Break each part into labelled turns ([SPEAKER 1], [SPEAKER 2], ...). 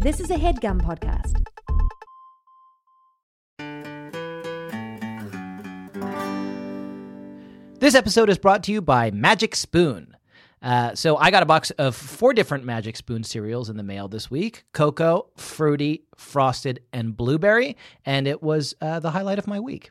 [SPEAKER 1] This is a headgum podcast.
[SPEAKER 2] This episode is brought to you by Magic Spoon. Uh, so I got a box of four different Magic Spoon cereals in the mail this week: cocoa, fruity, frosted, and blueberry. And it was uh, the highlight of my week.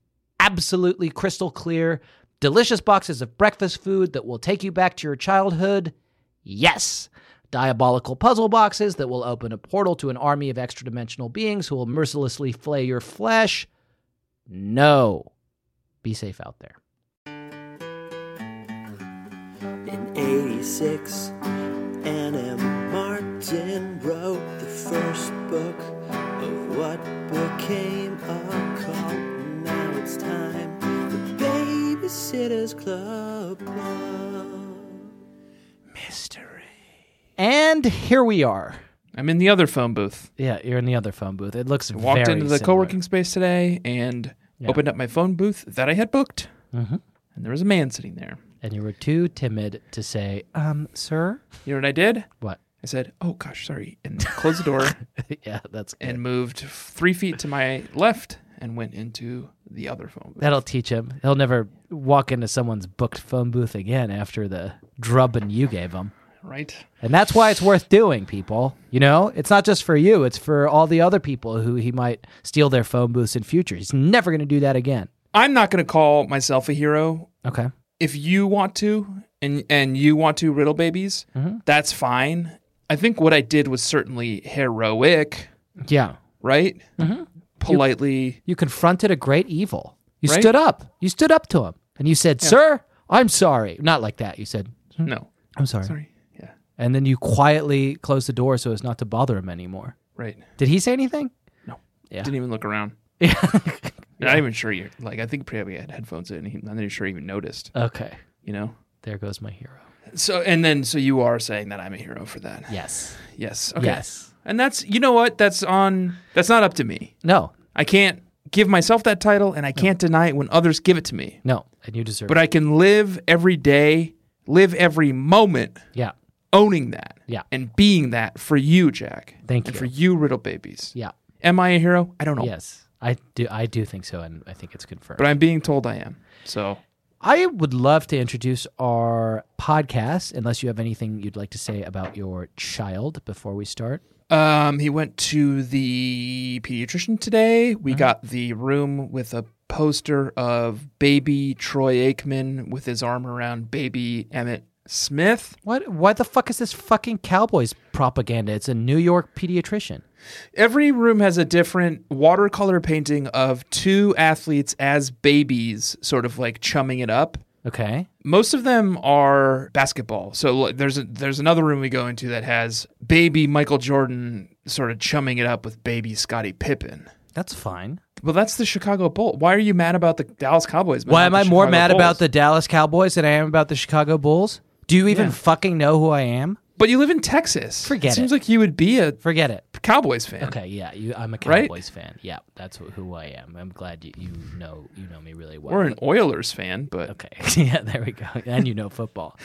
[SPEAKER 2] absolutely crystal clear, delicious boxes of breakfast food that will take you back to your childhood. Yes. Diabolical puzzle boxes that will open a portal to an army of extra dimensional beings who will mercilessly flay your flesh. No. Be safe out there.
[SPEAKER 3] In 86, Anna Martin wrote the first book of what became a cult. Now it's time the Babysitters Club. Mystery.
[SPEAKER 2] And here we are.
[SPEAKER 4] I'm in the other phone booth.
[SPEAKER 2] Yeah, you're in the other phone booth. It looks
[SPEAKER 4] Walked
[SPEAKER 2] very
[SPEAKER 4] into the
[SPEAKER 2] similar.
[SPEAKER 4] co-working space today and opened up my phone booth that I had booked,
[SPEAKER 2] Mhm.
[SPEAKER 4] and there was a man sitting there.
[SPEAKER 2] and you were too timid to say, "Um, sir."
[SPEAKER 4] You know what I did?
[SPEAKER 2] What?
[SPEAKER 4] I said, "Oh gosh, sorry," and closed the door
[SPEAKER 2] yeah, that's good.
[SPEAKER 4] and moved three feet to my left and went into the other phone booth.
[SPEAKER 2] That'll teach him. He'll never walk into someone's booked phone booth again after the drubbing you gave him.
[SPEAKER 4] Right?
[SPEAKER 2] And that's why it's worth doing, people. You know, it's not just for you, it's for all the other people who he might steal their phone booths in future. He's never going to do that again.
[SPEAKER 4] I'm not going to call myself a hero.
[SPEAKER 2] Okay.
[SPEAKER 4] If you want to, and and you want to riddle babies, that's fine. I think what I did was certainly heroic,
[SPEAKER 2] Yeah.
[SPEAKER 4] right? Politely.
[SPEAKER 2] You confronted a great evil. You
[SPEAKER 4] Right?
[SPEAKER 2] stood up. You stood up to him and you said, Sir, I'm sorry. Not like that. You said,
[SPEAKER 4] No.
[SPEAKER 2] I'm sorry.
[SPEAKER 4] Mm-hmm. Sorry. Yeah.
[SPEAKER 2] And then you quietly closed the door so as not to bother him anymore.
[SPEAKER 4] Right.
[SPEAKER 2] Did he say anything?
[SPEAKER 4] No.
[SPEAKER 2] Yeah.
[SPEAKER 4] Didn't even look around. Not even sure you like I think probably had headphones in and he, I'm not even sure he even noticed,
[SPEAKER 2] okay.
[SPEAKER 4] you know?
[SPEAKER 2] There goes my hero.
[SPEAKER 4] So and then so you are saying that I'm a hero for that.
[SPEAKER 2] Yes.
[SPEAKER 4] Yes. Okay.
[SPEAKER 2] Yes.
[SPEAKER 4] And that's you know what? That's on that's not up to me.
[SPEAKER 2] No.
[SPEAKER 4] I can't give myself that title and I can't deny it when others give it to me.
[SPEAKER 2] No. And you deserve
[SPEAKER 4] But I can live every day, live every moment
[SPEAKER 2] it. Yeah.
[SPEAKER 4] owning that.
[SPEAKER 2] Yeah.
[SPEAKER 4] And being that for you, Jack.
[SPEAKER 2] Thank
[SPEAKER 4] And
[SPEAKER 2] you.
[SPEAKER 4] for you, Riddle Babies.
[SPEAKER 2] Yeah.
[SPEAKER 4] Am I a hero? I don't know.
[SPEAKER 2] Yes, I do. I do think so, and I think it's confirmed.
[SPEAKER 4] Oh. But I'm being told I am. So
[SPEAKER 2] I would love to introduce our podcast, unless you have anything you'd like to say about your child before we start.
[SPEAKER 4] Um, he went to the pediatrician today. We got the room with a poster of baby Troy Aikman with his arm around baby Emmett Smith.
[SPEAKER 2] What? Why the fuck is this fucking Cowboys propaganda? It's a New York pediatrician.
[SPEAKER 4] Every room has a different watercolor painting of two athletes as babies, sort of like chumming it up.
[SPEAKER 2] Okay.
[SPEAKER 4] Most of them are basketball. So l- there's a, there's another room we go into that has baby Michael Jordan sort of chumming it up with baby Scottie Pippen.
[SPEAKER 2] That's fine.
[SPEAKER 4] Well, that's the Chicago Bulls. Why are you mad about the Dallas Cowboys? but
[SPEAKER 2] Why
[SPEAKER 4] not
[SPEAKER 2] am
[SPEAKER 4] the
[SPEAKER 2] I more
[SPEAKER 4] Chicago
[SPEAKER 2] mad
[SPEAKER 4] Bulls?
[SPEAKER 2] about the Dallas Cowboys than I am about the Chicago Bulls? Do you even
[SPEAKER 4] Yeah.
[SPEAKER 2] fucking know who I am?
[SPEAKER 4] But you live in Texas.
[SPEAKER 2] Forget
[SPEAKER 4] it. Seems
[SPEAKER 2] it.
[SPEAKER 4] like you would be a
[SPEAKER 2] Forget it.
[SPEAKER 4] Cowboys fan.
[SPEAKER 2] Okay, yeah, you, I'm a
[SPEAKER 4] Right?
[SPEAKER 2] Cowboys fan. Yeah, that's wh- who I am. I'm glad you, you know you know me really well.
[SPEAKER 4] Or an Oilers fan, but
[SPEAKER 2] okay, yeah, there we go. And you know football.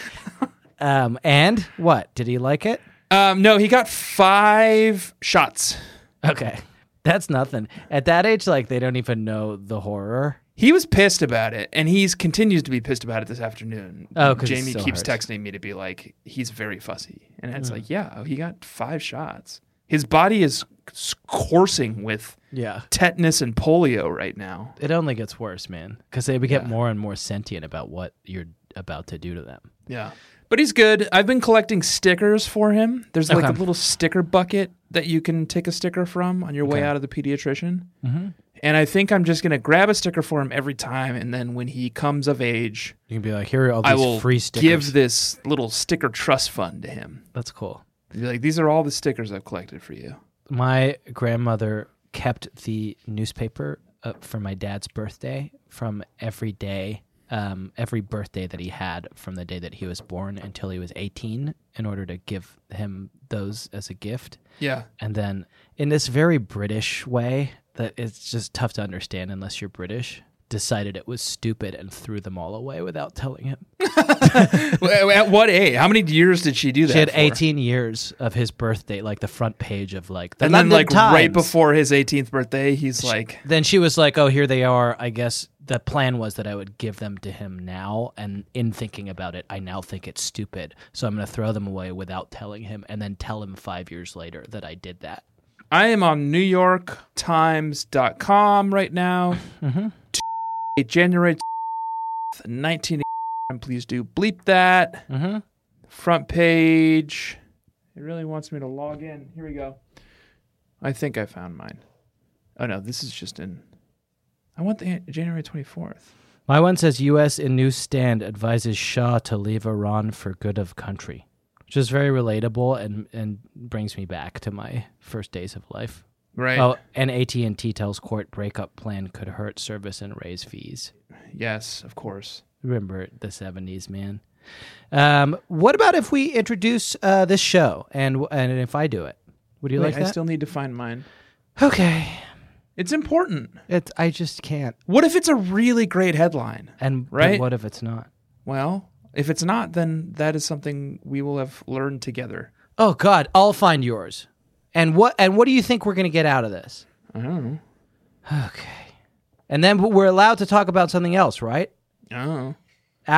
[SPEAKER 2] um, and what did he like it?
[SPEAKER 4] um, no, he got five shots.
[SPEAKER 2] Okay, that's nothing. At that age, like they don't even know the horror.
[SPEAKER 4] He was pissed about it, and he's continues to be pissed about it this afternoon.
[SPEAKER 2] Oh, 'cause it
[SPEAKER 4] Jamie
[SPEAKER 2] still
[SPEAKER 4] keeps
[SPEAKER 2] hurts. Hmm.
[SPEAKER 4] texting me to be like, he's very fussy, and it's like, yeah, oh, he got five shots. His body is s- coursing with
[SPEAKER 2] Yeah,
[SPEAKER 4] tetanus and polio right now.
[SPEAKER 2] it only gets worse, man, because they get more and more sentient about what you're about to do to them.
[SPEAKER 4] Yeah. But he's good. I've been collecting stickers for him. There's like
[SPEAKER 2] Okay.
[SPEAKER 4] a little sticker bucket that you can take a sticker from on your way out of the pediatrician. Mm-hmm. And I think I'm just going to grab a sticker for him every time. And then when he comes of age,
[SPEAKER 2] You can be like, here are all these
[SPEAKER 4] I will
[SPEAKER 2] free stickers.
[SPEAKER 4] give this little sticker trust fund to him.
[SPEAKER 2] that's cool.
[SPEAKER 4] Be like, these are all the stickers I've collected for you.
[SPEAKER 2] my grandmother kept the newspaper uh, for my dad's birthday from every day um, every birthday that he had from the day that he was born until he was 18 in order to give him those as a gift
[SPEAKER 4] Yeah.
[SPEAKER 2] and then in this very british way that it's just tough to understand unless you're british decided it was stupid and threw them all away without telling him
[SPEAKER 4] At what age? How many years did she do that?
[SPEAKER 2] she had
[SPEAKER 4] for?
[SPEAKER 2] 18 years of his birthday like the front page of like the
[SPEAKER 4] And then,
[SPEAKER 2] London
[SPEAKER 4] like,
[SPEAKER 2] Times.
[SPEAKER 4] right before his 18th birthday, he's like,
[SPEAKER 2] then she was like, "Oh, here they are." I guess the plan was that I would give them to him now, and in thinking about it, I now think it's stupid. So I'm going to throw them away without telling him, and then tell him five years later that I did that.
[SPEAKER 4] I am on NewYorkTimes.com right now.
[SPEAKER 2] Mm-hmm,
[SPEAKER 4] T- January 19. And please do bleep that.
[SPEAKER 2] Mm-hmm.
[SPEAKER 4] Front page. It really wants me to log in. Here we go. I think I found mine. Oh no, this is just in. I want the January 24th.
[SPEAKER 2] My one says, "U.S. in newsstand advises Shah to leave Iran for good of country," which is very relatable and and brings me back to my first days of life.
[SPEAKER 4] Right.
[SPEAKER 2] Oh, and AT&T tells court breakup plan could hurt service and raise fees.
[SPEAKER 4] Yes, of course.
[SPEAKER 2] remember the 70s man um, what about if we introduce uh, this show and and if i do it would you
[SPEAKER 4] Wait,
[SPEAKER 2] like
[SPEAKER 4] I
[SPEAKER 2] that
[SPEAKER 4] still need to find mine.
[SPEAKER 2] okay
[SPEAKER 4] It's important.
[SPEAKER 2] it's, i just can't
[SPEAKER 4] What if it's a really great headline?
[SPEAKER 2] and but
[SPEAKER 4] Right?
[SPEAKER 2] what if it's not
[SPEAKER 4] Well, if it's not, then that is something we will have learned together.
[SPEAKER 2] oh god i'll find yours and what and what do you think we're gonna get out of this
[SPEAKER 4] I don't know.
[SPEAKER 2] okay and then we're allowed to talk about something else right
[SPEAKER 4] I don't know.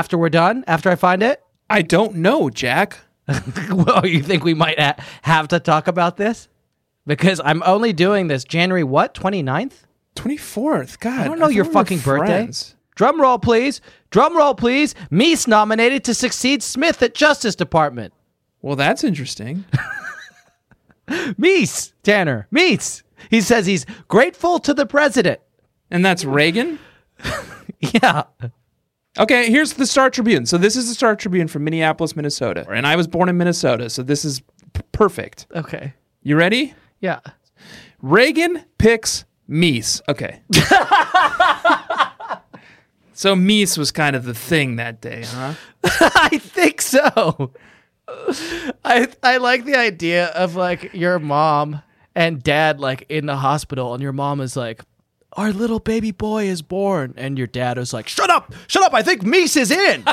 [SPEAKER 2] after we're done after i find it
[SPEAKER 4] I don't know, Jack.
[SPEAKER 2] well you think we might ha- have to talk about this because i'm only doing this january what 29th
[SPEAKER 4] 24th. God.
[SPEAKER 2] I don't know your fucking birthday. Drum roll, please. Drum roll, please. Meese nominated to succeed Smith at Justice Department.
[SPEAKER 4] Well, that's interesting.
[SPEAKER 2] Meese, Tanner. Meese. He says he's grateful to the president.
[SPEAKER 4] and that's Reagan?
[SPEAKER 2] Yeah.
[SPEAKER 4] Okay, here's the Star Tribune. So this is the Star Tribune from Minneapolis, Minnesota. And I was born in Minnesota, so this is p- perfect.
[SPEAKER 2] Okay.
[SPEAKER 4] You ready?
[SPEAKER 2] Yeah.
[SPEAKER 4] Reagan picks Meese. Okay. so Meese was kind of the thing that day, huh?
[SPEAKER 2] I think so. I I like the idea of like your mom and dad like in the hospital and your mom is like our little baby boy is born and your dad is like shut up shut up I think Meese is in.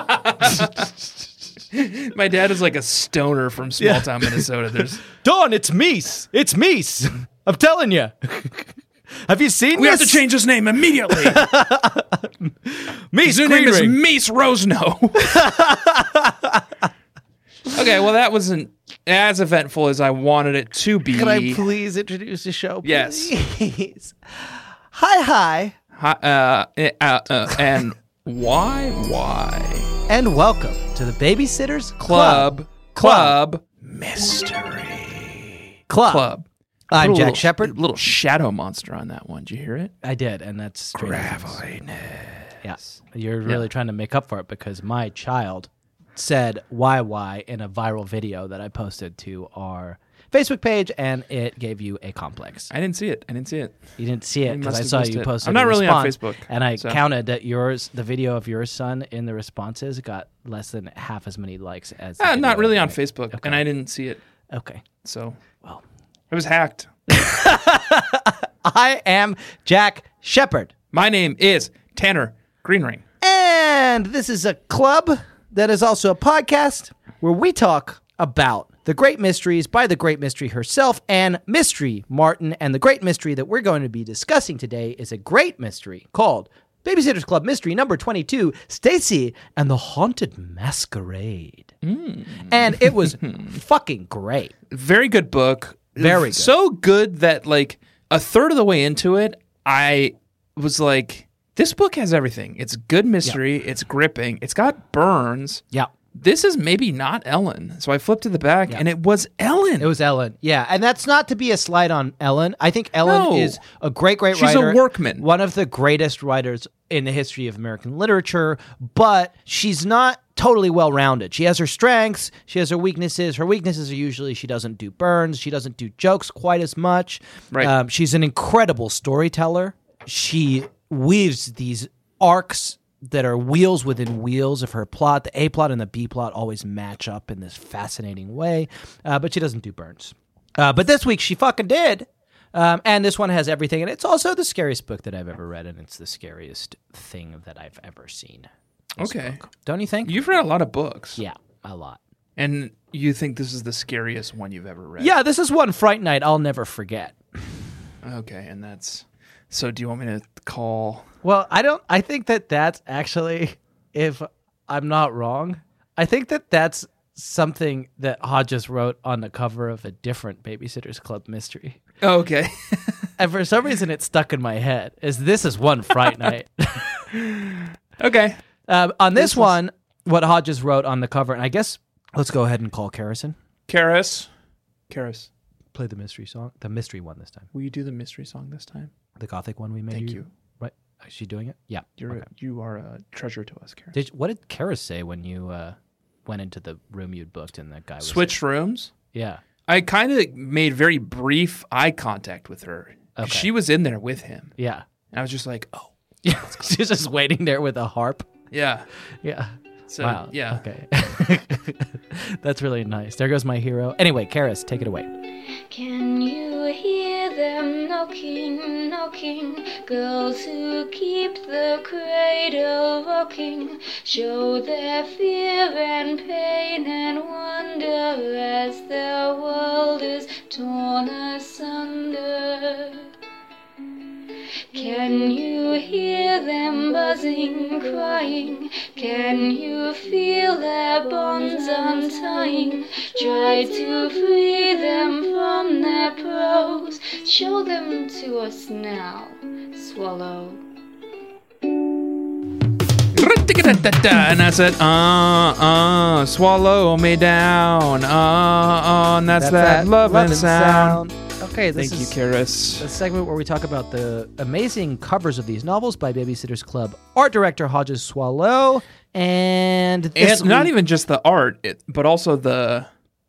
[SPEAKER 4] My dad is like a stoner from small town Minnesota. There's
[SPEAKER 2] Don, it's Meese. It's Meese. I'm telling you. Have you seen
[SPEAKER 4] we
[SPEAKER 2] this?
[SPEAKER 4] have to change his name immediately.
[SPEAKER 2] Meese.
[SPEAKER 4] His new name is Meese Rosno. okay, well that wasn't as eventful as I wanted it to be.
[SPEAKER 2] Can I please introduce the show?
[SPEAKER 4] Yes.
[SPEAKER 2] Please? Hi, hi.
[SPEAKER 4] Hi- uh, eh, uh, uh, and why? Why?
[SPEAKER 2] and welcome to the Babysitters Club.
[SPEAKER 4] Club, club, mystery
[SPEAKER 2] Club.
[SPEAKER 4] club.
[SPEAKER 2] I'm
[SPEAKER 4] Put
[SPEAKER 2] Jack
[SPEAKER 4] a little-
[SPEAKER 2] Shepard.
[SPEAKER 4] Little shadow monster on that one. Did you hear it?
[SPEAKER 2] I did, and that's Stranger Things. Yes. You're really trying to make up for it because my child said YY in a viral video that I posted to our Facebook page and it gave you a complex.
[SPEAKER 4] I didn't see it. I didn't see it.
[SPEAKER 2] You didn't see it
[SPEAKER 4] I
[SPEAKER 2] because I
[SPEAKER 4] must have
[SPEAKER 2] saw
[SPEAKER 4] missed
[SPEAKER 2] you
[SPEAKER 4] it.
[SPEAKER 2] posted.
[SPEAKER 4] I'm not
[SPEAKER 2] a
[SPEAKER 4] really on
[SPEAKER 2] response,
[SPEAKER 4] Facebook,
[SPEAKER 2] And I
[SPEAKER 4] so-
[SPEAKER 2] counted that yours, the video of your son in the responses got less than half as many likes as. the
[SPEAKER 4] Uh, not
[SPEAKER 2] video
[SPEAKER 4] really
[SPEAKER 2] of
[SPEAKER 4] on
[SPEAKER 2] me.
[SPEAKER 4] Facebook, and I didn't see it.
[SPEAKER 2] Okay.
[SPEAKER 4] So,
[SPEAKER 2] Well.
[SPEAKER 4] I was hacked.
[SPEAKER 2] I am Jack Shepard.
[SPEAKER 4] My name is Tanner Greenring.
[SPEAKER 2] And this is a club that is also a podcast where we talk about the great mysteries by the great mystery herself and Mystery Martin. And the great mystery that we're going to be discussing today is a great mystery called Babysitter's Club Mystery Number 22 Stacy and the Haunted Masquerade. And it was fucking great.
[SPEAKER 4] Very good book.
[SPEAKER 2] Very good.
[SPEAKER 4] So good that like a third of the way into it, I was like, this book has everything. It's good mystery. It's gripping. It's got burns.
[SPEAKER 2] Yeah.
[SPEAKER 4] This is maybe not Ellen. So I flipped to the back, and it was Ellen.
[SPEAKER 2] It was Ellen. Yeah. And that's not to be a slight on Ellen. I think Ellen
[SPEAKER 4] No.
[SPEAKER 2] is a great, great
[SPEAKER 4] She's a
[SPEAKER 2] writer.
[SPEAKER 4] workman.
[SPEAKER 2] One of the greatest writers in the history of American literature, but she's not totally well rounded. She has her strengths, she has her weaknesses. Her weaknesses are usually she doesn't do burns, she doesn't do jokes quite as much.
[SPEAKER 4] Right.
[SPEAKER 2] Um, she's an incredible storyteller. She weaves these arcs that are wheels within wheels of her plot. The A plot and the B plot always match up in this fascinating way, uh, but she doesn't do burns. Uh, but this week she fucking did. Um, and this one has everything. And it's also the scariest book that I've ever read. And it's the scariest thing that I've ever seen.
[SPEAKER 4] okay.
[SPEAKER 2] Don't you think?
[SPEAKER 4] You've read a lot of books.
[SPEAKER 2] yeah, a lot.
[SPEAKER 4] And you think this is the scariest one you've ever read?
[SPEAKER 2] Yeah, this is one Fright Night I'll never forget.
[SPEAKER 4] Okay, and that's. So do you want me to call?
[SPEAKER 2] Well, I don't. I think that that's actually, if I'm not wrong, I think that that's something that Hodges wrote on the cover of a different Babysitters Club mystery.
[SPEAKER 4] Okay.
[SPEAKER 2] And for some reason, it stuck in my head. Is this is one Fright Night?
[SPEAKER 4] okay.
[SPEAKER 2] um, on this, one, what Hodges wrote on the cover, and I guess let's go ahead and call Carrison.
[SPEAKER 4] Karis. Karis,
[SPEAKER 2] Play the mystery song, the mystery one this time,
[SPEAKER 4] will you do the mystery song this time?
[SPEAKER 2] the gothic one we made.
[SPEAKER 4] Thank you.
[SPEAKER 2] Right? Is she doing it? Yeah.
[SPEAKER 4] You're a, you are a treasure to us, Karis.
[SPEAKER 2] Did, what did Karis say when you uh, went into the room you'd booked and that guy was
[SPEAKER 4] Switch rooms.
[SPEAKER 2] Yeah.
[SPEAKER 4] I kind of made very brief eye contact with her. 'Cause
[SPEAKER 2] Okay.
[SPEAKER 4] She was in there with him,
[SPEAKER 2] Yeah.
[SPEAKER 4] and I was just like, "Oh,
[SPEAKER 2] Yeah, she's just waiting there with a harp.
[SPEAKER 4] yeah."
[SPEAKER 2] Yeah.
[SPEAKER 4] So
[SPEAKER 2] wow.
[SPEAKER 4] yeah,
[SPEAKER 2] Okay. That's really nice. There goes my hero. Anyway, Karis, take it away.
[SPEAKER 5] Can you hear them knocking, knocking? Girls who keep the cradle rocking show their fear and pain and wonder as their world is torn asunder. Can you hear them buzzing, crying? Can you feel their bonds untying? Try to free them from their prose. Show them to us now, swallow.
[SPEAKER 4] and I said, "Uh, uh, swallow me down, uh, uh, and that's, that, love loving sound."
[SPEAKER 2] Okay, this
[SPEAKER 4] Thank
[SPEAKER 2] is
[SPEAKER 4] you, Karis.
[SPEAKER 2] a segment where we talk about the amazing covers of these novels by Babysitters Club art director Hodges Swallow. And this
[SPEAKER 4] It's not
[SPEAKER 2] week-
[SPEAKER 4] even just the art, it, but also the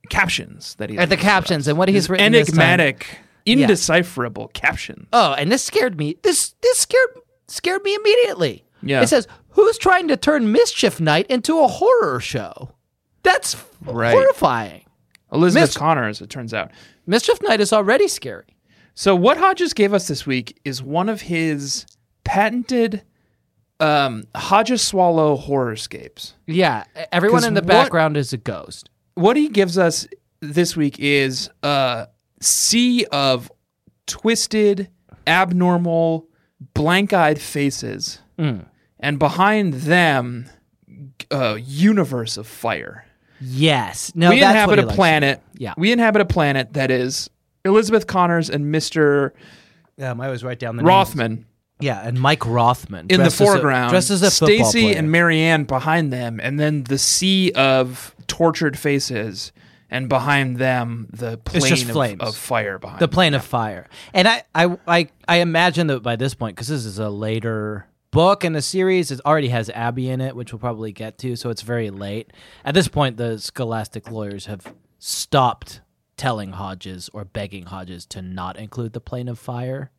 [SPEAKER 4] captions that he
[SPEAKER 2] At Uh, the
[SPEAKER 4] leaves for
[SPEAKER 2] captions
[SPEAKER 4] us.
[SPEAKER 2] and what he's
[SPEAKER 4] His
[SPEAKER 2] written this time.
[SPEAKER 4] enigmatic, indecipherable captions.
[SPEAKER 2] Oh, and this scared me. This this scared scared me immediately.
[SPEAKER 4] Yeah.
[SPEAKER 2] It says, "Who's trying to turn Mischief Night into a horror show?" That's f-
[SPEAKER 4] Right.
[SPEAKER 2] horrifying.
[SPEAKER 4] Elizabeth
[SPEAKER 2] Mr.
[SPEAKER 4] Connor, as it turns out.
[SPEAKER 2] Mischief Night is already scary.
[SPEAKER 4] So what Hodges gave us this week is one of his patented um, Hodges Swallow horrorscapes.
[SPEAKER 2] Yeah, e- everyone
[SPEAKER 4] 'Cause
[SPEAKER 2] in the
[SPEAKER 4] what-
[SPEAKER 2] background is a ghost.
[SPEAKER 4] What he gives us this week is a sea of twisted, abnormal, blank-eyed faces,
[SPEAKER 2] Hmm.
[SPEAKER 4] and behind them, a universe of fire.
[SPEAKER 2] Yes. No,
[SPEAKER 4] we
[SPEAKER 2] that's
[SPEAKER 4] inhabit
[SPEAKER 2] what he
[SPEAKER 4] a
[SPEAKER 2] likes.
[SPEAKER 4] planet.
[SPEAKER 2] Yeah.
[SPEAKER 4] we inhabit a planet that is Elizabeth Connors and Mister
[SPEAKER 2] Um, I always write down the names.
[SPEAKER 4] Rothman
[SPEAKER 2] Yeah, and Mike Rothman
[SPEAKER 4] in the
[SPEAKER 2] dressed as a-
[SPEAKER 4] foreground,
[SPEAKER 2] dressed as a football
[SPEAKER 4] Stacy
[SPEAKER 2] player.
[SPEAKER 4] and Marianne behind them, and then the sea of tortured faces, and behind them the plane
[SPEAKER 2] just
[SPEAKER 4] of,
[SPEAKER 2] flames.
[SPEAKER 4] of fire behind
[SPEAKER 2] the plane of fire and I, I i i imagine that by this point because this is a later book in the series it already has abby in it which we'll probably get to so it's very late at this point the scholastic lawyers have stopped telling hodges or begging hodges to not include the plane of fire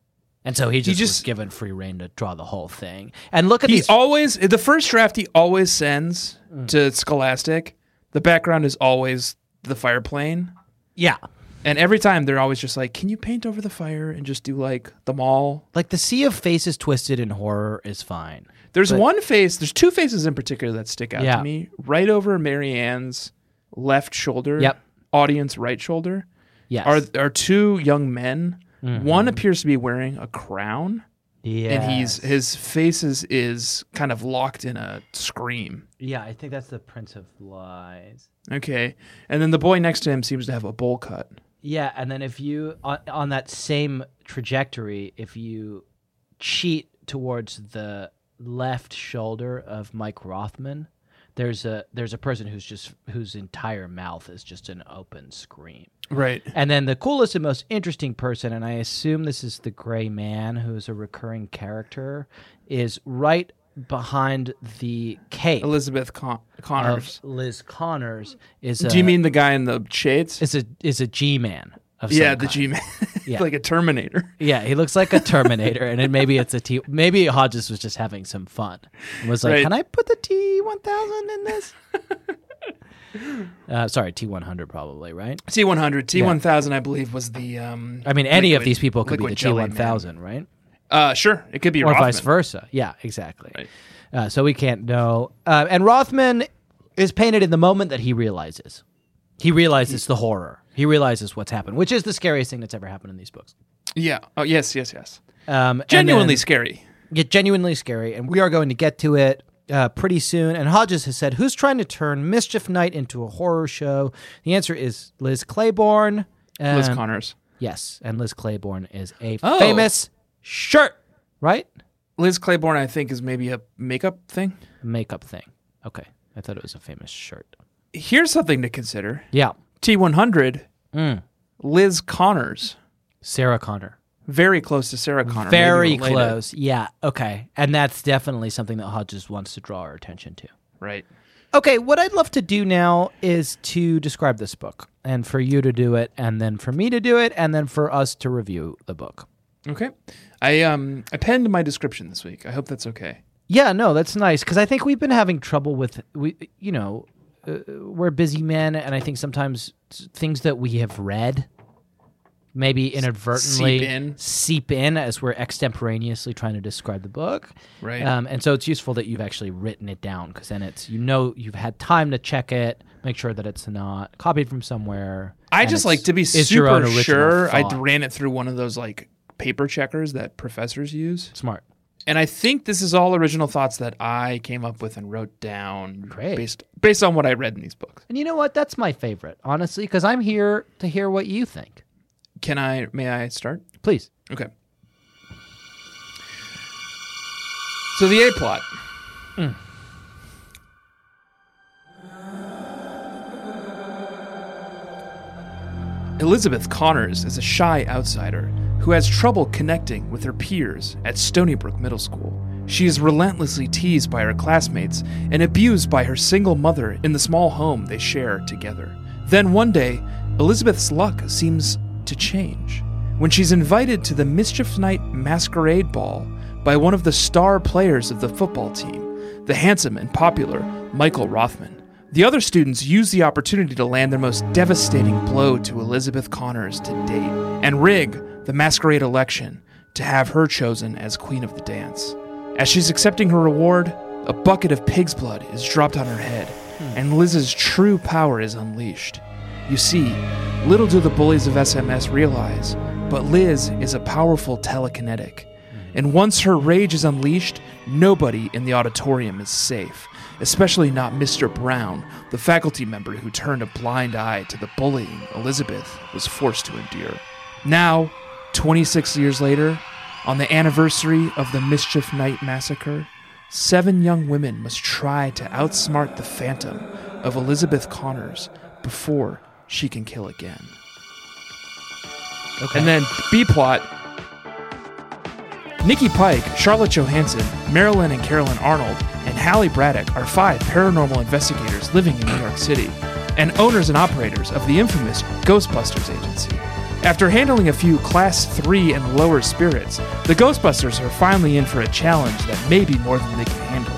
[SPEAKER 2] and so he just, was
[SPEAKER 4] just-
[SPEAKER 2] given free reign to draw the whole thing and look at
[SPEAKER 4] He
[SPEAKER 2] these
[SPEAKER 4] always the first draft he always sends
[SPEAKER 2] Mm.
[SPEAKER 4] to Scholastic. The background is always the fire plane,
[SPEAKER 2] yeah
[SPEAKER 4] and every time they're always just like, "Can you paint over the fire and just do like the mall
[SPEAKER 2] like the sea of faces twisted in horror is fine
[SPEAKER 4] There's one face. There's two faces in particular that stick out
[SPEAKER 2] Yeah.
[SPEAKER 4] to me. Right over Marianne's left shoulder.
[SPEAKER 2] Yep.
[SPEAKER 4] Audience right shoulder
[SPEAKER 2] yes Mm-hmm.
[SPEAKER 4] are are two young men. One appears to be wearing a crown,
[SPEAKER 2] yeah
[SPEAKER 4] and he's his face is, is kind of locked in a scream.
[SPEAKER 2] yeah i think that's the prince of lies
[SPEAKER 4] Okay, and then the boy next to him seems to have a bowl cut.
[SPEAKER 2] Yeah, and then if you on, on that same trajectory, if you cheat towards the left shoulder of Mike Rothman, there's a there's a person who's just whose entire mouth is just an open scream.
[SPEAKER 4] Right.
[SPEAKER 2] And then the coolest and most interesting person, and I assume this is the gray man who is a recurring character, is right behind the cape
[SPEAKER 4] Elizabeth Con-
[SPEAKER 2] of
[SPEAKER 4] Connors.
[SPEAKER 2] Liz Connors. Is
[SPEAKER 4] Do you
[SPEAKER 2] a-
[SPEAKER 4] mean the guy in the shades?
[SPEAKER 2] is a is a G man? of some
[SPEAKER 4] Yeah, the
[SPEAKER 2] kind.
[SPEAKER 4] G man,
[SPEAKER 2] Yeah.
[SPEAKER 4] like a Terminator.
[SPEAKER 2] Yeah, he looks like a Terminator, and it, maybe it's a T. Maybe Hodges was just having some fun. And was like,
[SPEAKER 4] Right.
[SPEAKER 2] can I put the T one thousand in this? uh, sorry, T one hundred probably right.
[SPEAKER 4] T one hundred, T one thousand, I believe was the. Um,
[SPEAKER 2] I mean, any of
[SPEAKER 4] liquid-
[SPEAKER 2] these people could be
[SPEAKER 4] liquid
[SPEAKER 2] the T
[SPEAKER 4] jelly
[SPEAKER 2] one thousand, right?
[SPEAKER 4] man. Uh, sure, it could be
[SPEAKER 2] Or
[SPEAKER 4] Rothman.
[SPEAKER 2] vice versa. Yeah, exactly.
[SPEAKER 4] Right.
[SPEAKER 2] Uh, so we can't know. Uh, and Rothman is painted in the moment that he realizes. He realizes the horror. He realizes what's happened, which is the scariest thing that's ever happened in these books.
[SPEAKER 4] Yeah. Oh yes, yes, yes.
[SPEAKER 2] Um, and
[SPEAKER 4] Genuinely
[SPEAKER 2] then-
[SPEAKER 4] scary.
[SPEAKER 2] Yeah, genuinely scary, and we are going to get to it uh, pretty soon. And Hodges has said, "Who's trying to turn Mischief Night into a horror show?" The answer is Liz Claiborne. Um,
[SPEAKER 4] Liz Connors.
[SPEAKER 2] Yes, and Liz Claiborne is a
[SPEAKER 4] Oh.
[SPEAKER 2] famous shirt, right?
[SPEAKER 4] Liz Claiborne, I think, is maybe a makeup thing.
[SPEAKER 2] Makeup thing. Okay, I thought it was a famous shirt.
[SPEAKER 4] Here's something to consider:
[SPEAKER 2] Yeah,
[SPEAKER 4] T one hundred,
[SPEAKER 2] Hmm.
[SPEAKER 4] Liz Connors,
[SPEAKER 2] Sarah Connor.
[SPEAKER 4] very close to Sarah Connor. maybe
[SPEAKER 2] Very
[SPEAKER 4] related.
[SPEAKER 2] close. Yeah. Okay, and that's definitely something that Hodges wants to draw our attention to.
[SPEAKER 4] Right.
[SPEAKER 2] Okay, what I'd love to do now is to describe this book and for you to do it and then for me to do it and then for us to review the book.
[SPEAKER 4] Okay. I um I penned my description this week. I hope that's okay.
[SPEAKER 2] Yeah, no, that's nice cuz I think we've been having trouble with we you know, uh, we're busy men and I think sometimes s- things that we have read maybe inadvertently
[SPEAKER 4] in.
[SPEAKER 2] seep in as we're extemporaneously trying to describe the book.
[SPEAKER 4] Right.
[SPEAKER 2] Um, and so it's useful that you've actually written it down because then it's you know you've had time to check it, make sure that it's not copied from somewhere.
[SPEAKER 4] I
[SPEAKER 2] and
[SPEAKER 4] just
[SPEAKER 2] it's-
[SPEAKER 4] like to be
[SPEAKER 2] it's your own
[SPEAKER 4] super
[SPEAKER 2] original
[SPEAKER 4] sure. I
[SPEAKER 2] thought.
[SPEAKER 4] ran it through one of those like paper checkers that professors use.
[SPEAKER 2] smart.
[SPEAKER 4] And I think this is all original thoughts that I came up with and wrote down
[SPEAKER 2] Great.
[SPEAKER 4] based based on what I read in these books.
[SPEAKER 2] And you know what? That's my favorite, honestly, because I'm here to hear what you think.
[SPEAKER 4] Can I may I start?
[SPEAKER 2] Please.
[SPEAKER 4] Okay. So the A plot. Elizabeth Connors is a shy outsider who has trouble connecting with her peers at Stony Brook Middle School. She is relentlessly teased by her classmates and abused by her single mother in the small home they share together. Then one day, Elizabeth's luck seems to change when she's invited to the Mischief Night Masquerade Ball by one of the star players of the football team, the handsome and popular Michael Rothman. The other students use the opportunity to land their most devastating blow to Elizabeth Connors to date and rig the masquerade election to have her chosen as queen of the dance. As she's accepting her reward, a bucket of pig's blood is dropped on her head, and Liz's true power is unleashed. You see, little do the bullies of SMS realize, but Liz is a powerful telekinetic. And once her rage is unleashed, nobody in the auditorium is safe, especially not Mr. Brown, the faculty member who turned a blind eye to the bullying Elizabeth was forced to endure. Now, 26 years later, On the anniversary of the Mischief Night Massacre, seven young women must try to outsmart the phantom of Elizabeth Connors before she can kill again.
[SPEAKER 2] Okay.
[SPEAKER 4] And then B plot. Nikki Pike, Charlotte Johansson, Marilyn and Carolyn Arnold, and Hallie Braddock are five paranormal investigators living in New York City and owners and operators of the infamous Ghostbusters agency. After handling a few Class 3 and lower spirits, the Ghostbusters are finally in for a challenge that may be more than they can handle.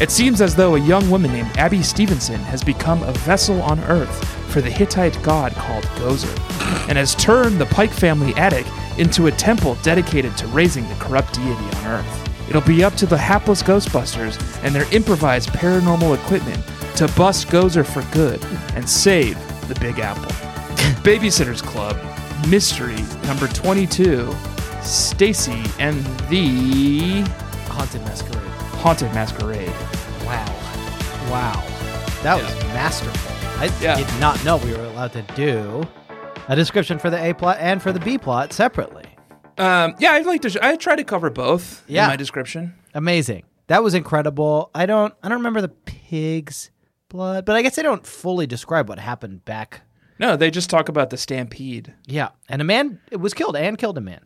[SPEAKER 4] It seems as though a young woman named Abby Stevenson has become a vessel on Earth for the Hittite god called Gozer, and has turned the Pike family attic into a temple dedicated to raising the corrupt deity on Earth. It'll be up to the hapless Ghostbusters and their improvised paranormal equipment to bust Gozer for good and save the Big Apple. Babysitter's Club, Mystery number 22, Stacy and the
[SPEAKER 2] haunted masquerade.
[SPEAKER 4] Haunted Masquerade.
[SPEAKER 2] Wow. Wow. That was masterful. I
[SPEAKER 4] Yeah.
[SPEAKER 2] did not know we were allowed to do a description for the A plot and for the B plot separately.
[SPEAKER 4] Um, yeah, I'd like to. Sh- I try to cover both
[SPEAKER 2] Yeah.
[SPEAKER 4] in my description.
[SPEAKER 2] Amazing. That was incredible. I don't I don't remember the pig's blood, but I guess they don't fully describe what happened back.
[SPEAKER 4] No, they just talk about the stampede
[SPEAKER 2] Yeah. And a man was killed and killed a man.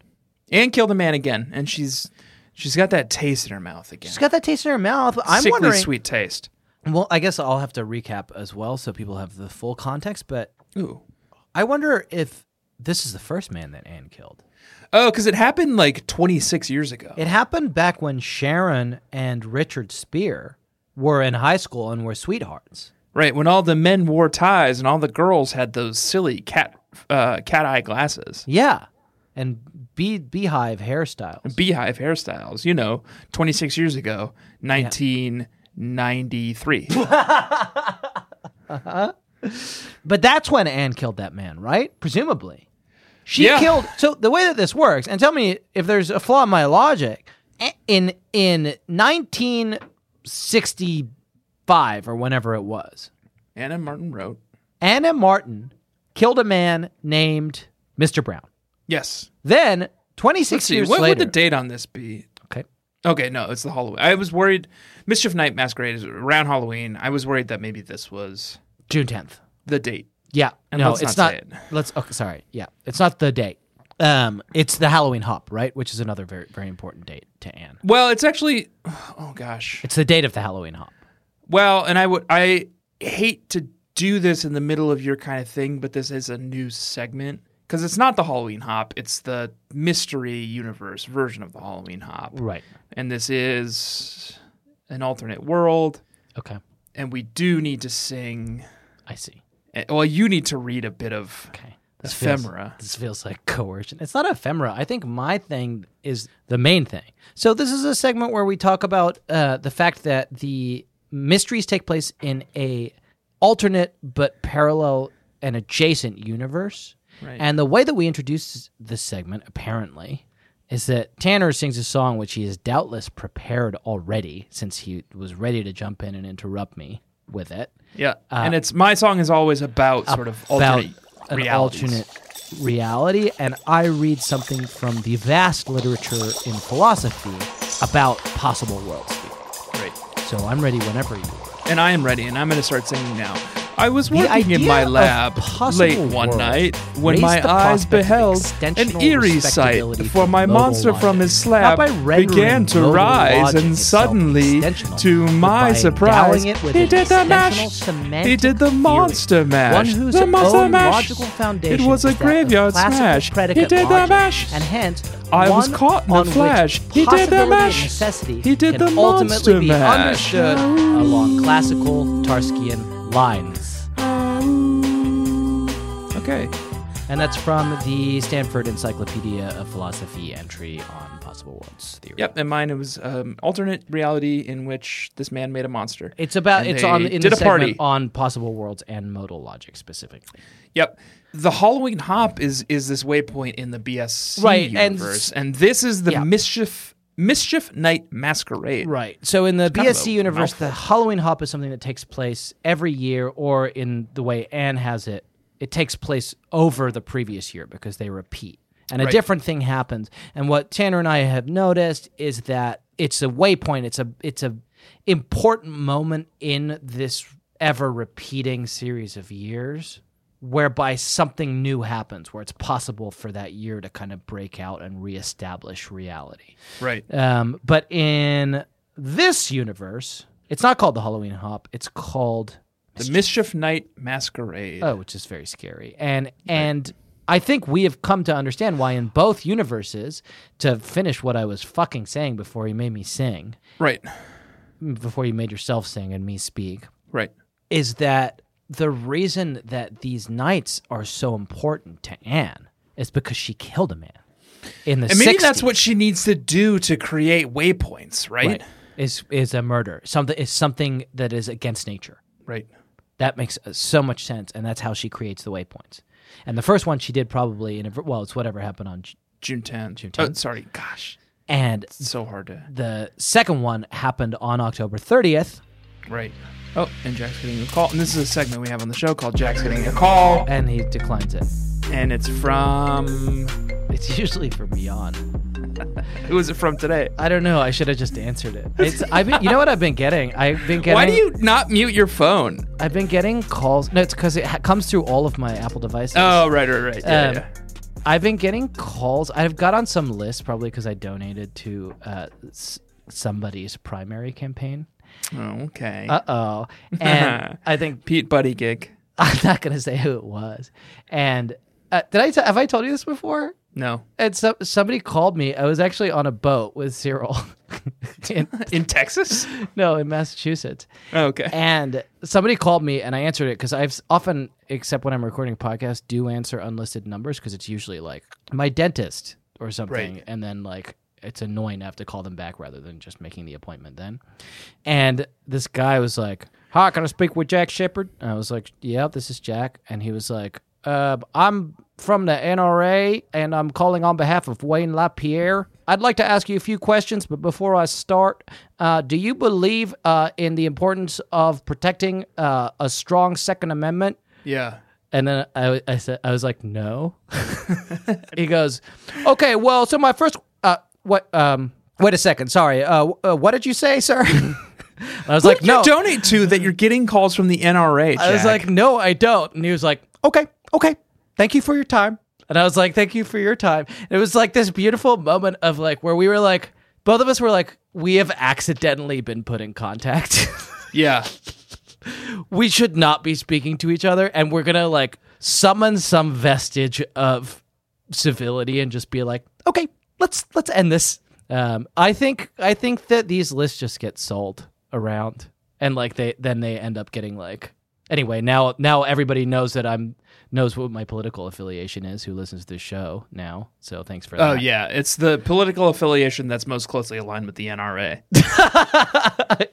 [SPEAKER 4] and kill the man again, and she's she's got that taste in her mouth again.
[SPEAKER 2] She's got that taste in her mouth. but I'm
[SPEAKER 4] Sickly
[SPEAKER 2] wondering
[SPEAKER 4] sweet taste.
[SPEAKER 2] Well, I guess I'll have to recap as well so people have the full context, but
[SPEAKER 4] Ooh.
[SPEAKER 2] I wonder if this is the first man that Anne killed.
[SPEAKER 4] Oh, because it happened like 26 years ago.
[SPEAKER 2] It happened back when Sharon and Richard Spear were in high school and were sweethearts.
[SPEAKER 4] right when all the men wore ties and all the girls had those silly cat uh, cat eye glasses,
[SPEAKER 2] Yeah. And bee, beehive hairstyles.
[SPEAKER 4] beehive hairstyles. You know, 26 years ago, 1993.
[SPEAKER 2] But that's when Anne killed that man, right? Presumably. She
[SPEAKER 4] Yeah.
[SPEAKER 2] killed. So the way that this works, and tell me if there's a flaw in my logic, a- in in 1965 or whenever it was,
[SPEAKER 4] Anna Martin wrote,
[SPEAKER 2] Anna Martin killed a man named Mr. Brown.
[SPEAKER 4] "Yes."
[SPEAKER 2] Then 26
[SPEAKER 4] Let's see.
[SPEAKER 2] years
[SPEAKER 4] What
[SPEAKER 2] later.
[SPEAKER 4] would the date on this be?
[SPEAKER 2] okay.
[SPEAKER 4] Okay, no, it's the Halloween. I was worried. Mischief Night Masquerade is around Halloween. I was worried that maybe this was
[SPEAKER 2] June 10th.
[SPEAKER 4] the date.
[SPEAKER 2] Yeah.
[SPEAKER 4] And
[SPEAKER 2] no,
[SPEAKER 4] let's
[SPEAKER 2] it's
[SPEAKER 4] not
[SPEAKER 2] not.
[SPEAKER 4] say it.
[SPEAKER 2] Let's. Okay, sorry. Yeah, it's not the date. Um, it's the Halloween hop, right? Which is another very, very important date to Anne.
[SPEAKER 4] Well, it's actually. Oh gosh.
[SPEAKER 2] It's the date of the Halloween hop.
[SPEAKER 4] Well, and I would. I hate to do this in the middle of your kind of thing, but this is a new segment because it's not the Halloween Hop. It's the Mystery Universe version of the Halloween Hop,
[SPEAKER 2] Right.
[SPEAKER 4] and this is an alternate world,
[SPEAKER 2] Okay.
[SPEAKER 4] and we do need to sing.
[SPEAKER 2] I see.
[SPEAKER 4] eh, Well, you need to read a bit of
[SPEAKER 2] Okay.
[SPEAKER 4] Ephemera.
[SPEAKER 2] Feels, this feels like coercion. It's not ephemera. I think my thing is the main thing. So this is a segment where we talk about uh, the fact that the mysteries take place in a alternate but parallel and adjacent universe.
[SPEAKER 4] Right.
[SPEAKER 2] And the way that we introduce this segment, apparently, is that Tanner sings a song which he is doubtless prepared already, since he was ready to jump in and interrupt me with it.
[SPEAKER 4] Yeah, and it's my song is always about sort of alternate
[SPEAKER 2] Uh, an
[SPEAKER 4] realities.
[SPEAKER 2] alternate reality, and I read something from the vast literature in philosophy about possible worlds.
[SPEAKER 4] Right.
[SPEAKER 2] So I'm ready whenever you are.
[SPEAKER 4] And I am ready, and I'm going to start singing now. I was
[SPEAKER 2] The
[SPEAKER 4] working in
[SPEAKER 2] idea
[SPEAKER 4] my
[SPEAKER 2] of
[SPEAKER 4] lab
[SPEAKER 2] possible
[SPEAKER 4] late one
[SPEAKER 2] worlds
[SPEAKER 4] night when
[SPEAKER 2] raised
[SPEAKER 4] my
[SPEAKER 2] the
[SPEAKER 4] eyes
[SPEAKER 2] prospect of
[SPEAKER 4] beheld an
[SPEAKER 2] extensional
[SPEAKER 4] eerie sight,
[SPEAKER 2] respectability
[SPEAKER 4] for
[SPEAKER 2] to
[SPEAKER 4] my
[SPEAKER 2] modal
[SPEAKER 4] monster from his
[SPEAKER 2] logic. Not
[SPEAKER 4] slab
[SPEAKER 2] by rendering
[SPEAKER 4] began to
[SPEAKER 2] modal
[SPEAKER 4] rise,
[SPEAKER 2] logic
[SPEAKER 4] and
[SPEAKER 2] itself
[SPEAKER 4] suddenly,
[SPEAKER 2] extensional,
[SPEAKER 4] to
[SPEAKER 2] but by
[SPEAKER 4] my
[SPEAKER 2] endowing
[SPEAKER 4] surprise,
[SPEAKER 2] it with
[SPEAKER 4] he
[SPEAKER 2] an
[SPEAKER 4] did the
[SPEAKER 2] extensional
[SPEAKER 4] mash.
[SPEAKER 2] semantic
[SPEAKER 4] He did the
[SPEAKER 2] theory.
[SPEAKER 4] monster mash.
[SPEAKER 2] One whose
[SPEAKER 4] the monster
[SPEAKER 2] own
[SPEAKER 4] mash.
[SPEAKER 2] logical foundation
[SPEAKER 4] It was a
[SPEAKER 2] is that of
[SPEAKER 4] graveyard
[SPEAKER 2] classical
[SPEAKER 4] smash. He
[SPEAKER 2] predicate
[SPEAKER 4] did the
[SPEAKER 2] logic,
[SPEAKER 4] mash.
[SPEAKER 2] And hence,
[SPEAKER 4] I was
[SPEAKER 2] one
[SPEAKER 4] caught in
[SPEAKER 2] on
[SPEAKER 4] a flash.
[SPEAKER 2] Which
[SPEAKER 4] He did the
[SPEAKER 2] possibility and
[SPEAKER 4] mash.
[SPEAKER 2] Necessity
[SPEAKER 4] He did
[SPEAKER 2] can
[SPEAKER 4] the
[SPEAKER 2] ultimately
[SPEAKER 4] monster
[SPEAKER 2] be
[SPEAKER 4] mash.
[SPEAKER 2] understood along classical Tarskian lines.
[SPEAKER 4] Okay.
[SPEAKER 2] And that's from the Stanford Encyclopedia of Philosophy entry on possible worlds theory.
[SPEAKER 4] Yep, and mine it was um, alternate reality in which this man made a monster.
[SPEAKER 2] It's about
[SPEAKER 4] And
[SPEAKER 2] it's
[SPEAKER 4] they
[SPEAKER 2] on in
[SPEAKER 4] did
[SPEAKER 2] the
[SPEAKER 4] a party.
[SPEAKER 2] segment on possible worlds and modal logic specifically.
[SPEAKER 4] Yep, the Halloween Hop is is this waypoint in the BSC
[SPEAKER 2] Right, and
[SPEAKER 4] universe,
[SPEAKER 2] s-
[SPEAKER 4] and, this is the
[SPEAKER 2] yeah.
[SPEAKER 4] mischief mischief night masquerade.
[SPEAKER 2] Right. So in the
[SPEAKER 4] kind of a
[SPEAKER 2] BSC universe, the Halloween hop is something that takes place every year, or in the way Anne has it, it takes place over the previous year because they repeat. and a
[SPEAKER 4] Right.
[SPEAKER 2] different thing happens. And what Tanner and I have noticed is that it's a waypoint. It's a it's a important moment in this ever repeating series of years whereby something new happens where it's possible for that year to kind of break out and reestablish reality.
[SPEAKER 4] Right.
[SPEAKER 2] Um, but in this universe, it's not called the Halloween Hop. It's called
[SPEAKER 4] The Mischief Night Masquerade.
[SPEAKER 2] Oh, which is very scary. And and I think we have come to understand why in both universes, to finish what I was fucking saying before you made me sing,
[SPEAKER 4] Right.
[SPEAKER 2] before you made yourself sing and me speak,
[SPEAKER 4] Right.
[SPEAKER 2] is that the reason that these nights are so important to Anne is because she killed a man in the
[SPEAKER 4] And maybe that's
[SPEAKER 2] 60s.
[SPEAKER 4] what she needs to do to create waypoints, right?
[SPEAKER 2] Right. is is a murder. Something is something that is against nature.
[SPEAKER 4] Right.
[SPEAKER 2] That makes uh, so much sense, and that's how she creates the waypoints. And the first one she did probably in a, well, it's whatever happened on J-
[SPEAKER 4] June 10th. June Oh,
[SPEAKER 2] 10th.
[SPEAKER 4] sorry. Gosh.
[SPEAKER 2] and
[SPEAKER 4] It's so hard to.
[SPEAKER 2] the second one happened on October 30th,
[SPEAKER 4] Right. Oh, and Jack's getting a call. And this is a segment we have on the show called Jack's Getting a Call.
[SPEAKER 2] and he declines it.
[SPEAKER 4] And it's from.
[SPEAKER 2] It's usually from Jan.
[SPEAKER 4] Who is it from today?
[SPEAKER 2] I don't know. I should have just answered it. It's I've been, you know what I've been getting. I've been getting.
[SPEAKER 4] Why do you not mute your phone?
[SPEAKER 2] I've been getting calls. No, it's because it ha- comes through all of my Apple devices.
[SPEAKER 4] Oh, right, right, right. Yeah,
[SPEAKER 2] Um,
[SPEAKER 4] yeah.
[SPEAKER 2] I've been getting calls. I've got on some list probably because I donated to uh, s- somebody's primary campaign.
[SPEAKER 4] Oh, okay.
[SPEAKER 2] Uh oh, and I think
[SPEAKER 4] Pete Buddy Gig.
[SPEAKER 2] I'm not gonna say who it was. And uh, did I t- have I told you this before?
[SPEAKER 4] No.
[SPEAKER 2] And so, somebody called me. I was actually on a boat with Cyril, in,
[SPEAKER 4] In Texas?
[SPEAKER 2] no, in Massachusetts.
[SPEAKER 4] Oh, okay.
[SPEAKER 2] And somebody called me, and I answered it because I've s- often, except when I'm recording podcasts, do answer unlisted numbers because it's usually like my dentist or something,
[SPEAKER 4] Right.
[SPEAKER 2] and then like it's annoying to have to call them back rather than just making the appointment then. And this guy was like, "Hi, can I speak with Jack Shepard?" And I was like, "Yeah, this is Jack." And he was like, uh, "I'm from the NRA, and I'm calling on behalf of Wayne LaPierre. I'd like to ask you a few questions, but before I start, uh, do you believe uh, in the importance of protecting uh, a strong Second Amendment?"
[SPEAKER 4] Yeah.
[SPEAKER 2] And then I, I said, I was like, no. he goes, okay, well, so my first, uh, what, um, wait a second, sorry, uh, w- uh, what did you say, sir? And I was like,
[SPEAKER 4] Who did you
[SPEAKER 2] no.
[SPEAKER 4] donate to that you're getting calls from the NRA.
[SPEAKER 2] I was
[SPEAKER 4] Jack?
[SPEAKER 2] like, no, I don't. And he was like, okay, okay, thank you for your time. And I was like, thank you for your time. And it was like this beautiful moment of like where we were like, both of us were like, we have accidentally been put in contact.
[SPEAKER 4] yeah.
[SPEAKER 2] we should not be speaking to each other and we're gonna like summon some vestige of civility and just be like okay let's let's end this um i think i think that these lists just get sold around and like they then they end up getting like anyway now now everybody knows that i'm knows what my political affiliation is who listens to the show now so thanks for
[SPEAKER 4] Oh
[SPEAKER 2] that
[SPEAKER 4] yeah, it's the political affiliation that's most closely aligned with the NRA.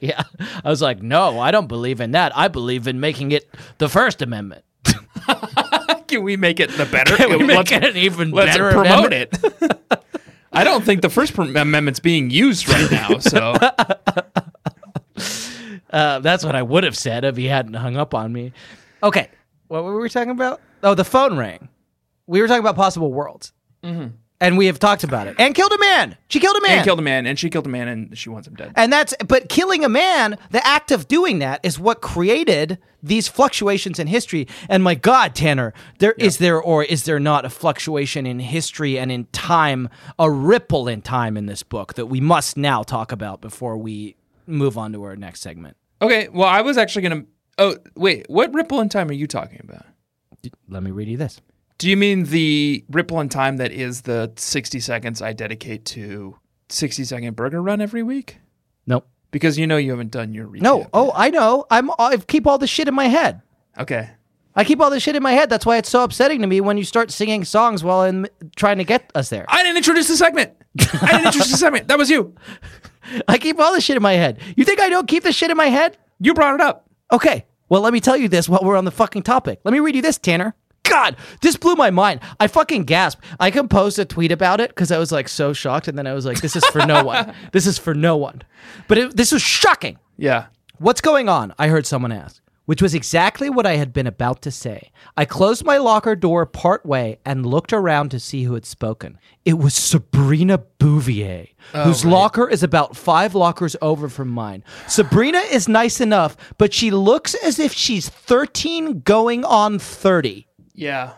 [SPEAKER 2] yeah i was like no i don't believe in that i believe in making it the first amendment
[SPEAKER 4] Can we make it the better?
[SPEAKER 2] Can we
[SPEAKER 4] let's,
[SPEAKER 2] make it an even
[SPEAKER 4] let's
[SPEAKER 2] better
[SPEAKER 4] promote
[SPEAKER 2] amendment?
[SPEAKER 4] it. I don't think the First Amendment's being used right now. So
[SPEAKER 2] Uh, that's what I would have said if he hadn't hung up on me. Okay. What were we talking about? Oh, the phone rang. We were talking about possible worlds. And we have talked about it. And killed a man. She killed a man.
[SPEAKER 4] Anne killed a man, Mm-hmm. and she killed a man, and she wants him dead.
[SPEAKER 2] and that's, but killing a man, the act of doing that is what created these fluctuations in history. And my God, Tanner, there is there or is there not a fluctuation in history and in time, a ripple in time in this book that we must now talk about before we move on to our next segment?
[SPEAKER 4] Okay, well, I was actually gonna. Oh wait, what ripple in time are you talking about?
[SPEAKER 2] Let me read you this.
[SPEAKER 4] Do you mean the ripple in time that is the 60 seconds I dedicate to 60 second burger run every week?
[SPEAKER 2] Nope.
[SPEAKER 4] Because you know you haven't done your recap.
[SPEAKER 2] No. Oh, I know. I'm. I keep all this shit in my head.
[SPEAKER 4] Okay.
[SPEAKER 2] I keep all this shit in my head. That's why it's so upsetting to me when you start singing songs while I'm trying to get us there.
[SPEAKER 4] I didn't introduce the segment. I didn't introduce the segment. That was you.
[SPEAKER 2] I keep all this shit in my head. You think I don't keep this shit in my head?
[SPEAKER 4] You brought it up.
[SPEAKER 2] Okay. Well, let me tell you this while we're on the fucking topic. Let me read you this, Tanner. God, this blew my mind. I fucking gasped. I composed a tweet about it because I was like so shocked, and then I was like, "This is for no one. This is for no one." But it, this was shocking.
[SPEAKER 4] Yeah.
[SPEAKER 2] What's going on? I heard someone ask. which was exactly what I had been about to say. I closed my locker door partway and looked around to see who had spoken. It was Sabrina Bouvier, whose locker is about five lockers over from mine. Sabrina is nice enough, but she looks as if she's 13 going on 30.
[SPEAKER 4] Yeah.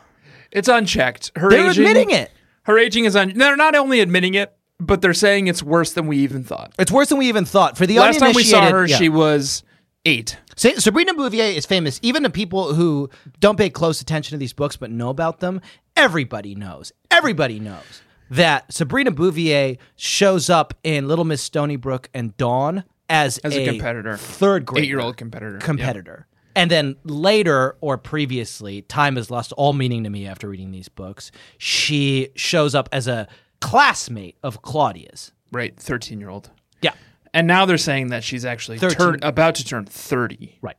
[SPEAKER 4] It's unchecked. Her
[SPEAKER 2] They're
[SPEAKER 4] aging,
[SPEAKER 2] admitting it.
[SPEAKER 4] Her aging is un. They're not only admitting it, but they're saying it's worse than we even thought.
[SPEAKER 2] It's worse than we even thought. For the
[SPEAKER 4] Last time we saw
[SPEAKER 2] uninitiated-
[SPEAKER 4] her,
[SPEAKER 2] yeah.
[SPEAKER 4] she was eight.
[SPEAKER 2] Sa- Sabrina Bouvier is famous even to people who don't pay close attention to these books but know about them. Everybody knows. Everybody knows that Sabrina Bouvier shows up in Little Miss Stony Brook and Dawn as,
[SPEAKER 4] As a competitor.
[SPEAKER 2] third grade,
[SPEAKER 4] Eight-year-old competitor.
[SPEAKER 2] competitor. And then later or previously, time has lost all meaning to me after reading these books. She shows up as a classmate of Claudia's.
[SPEAKER 4] Yep. Right, thirteen-year-old.
[SPEAKER 2] Yeah,
[SPEAKER 4] And now they're saying that she's actually
[SPEAKER 2] 13.
[SPEAKER 4] turn, about to turn thirty.
[SPEAKER 2] right.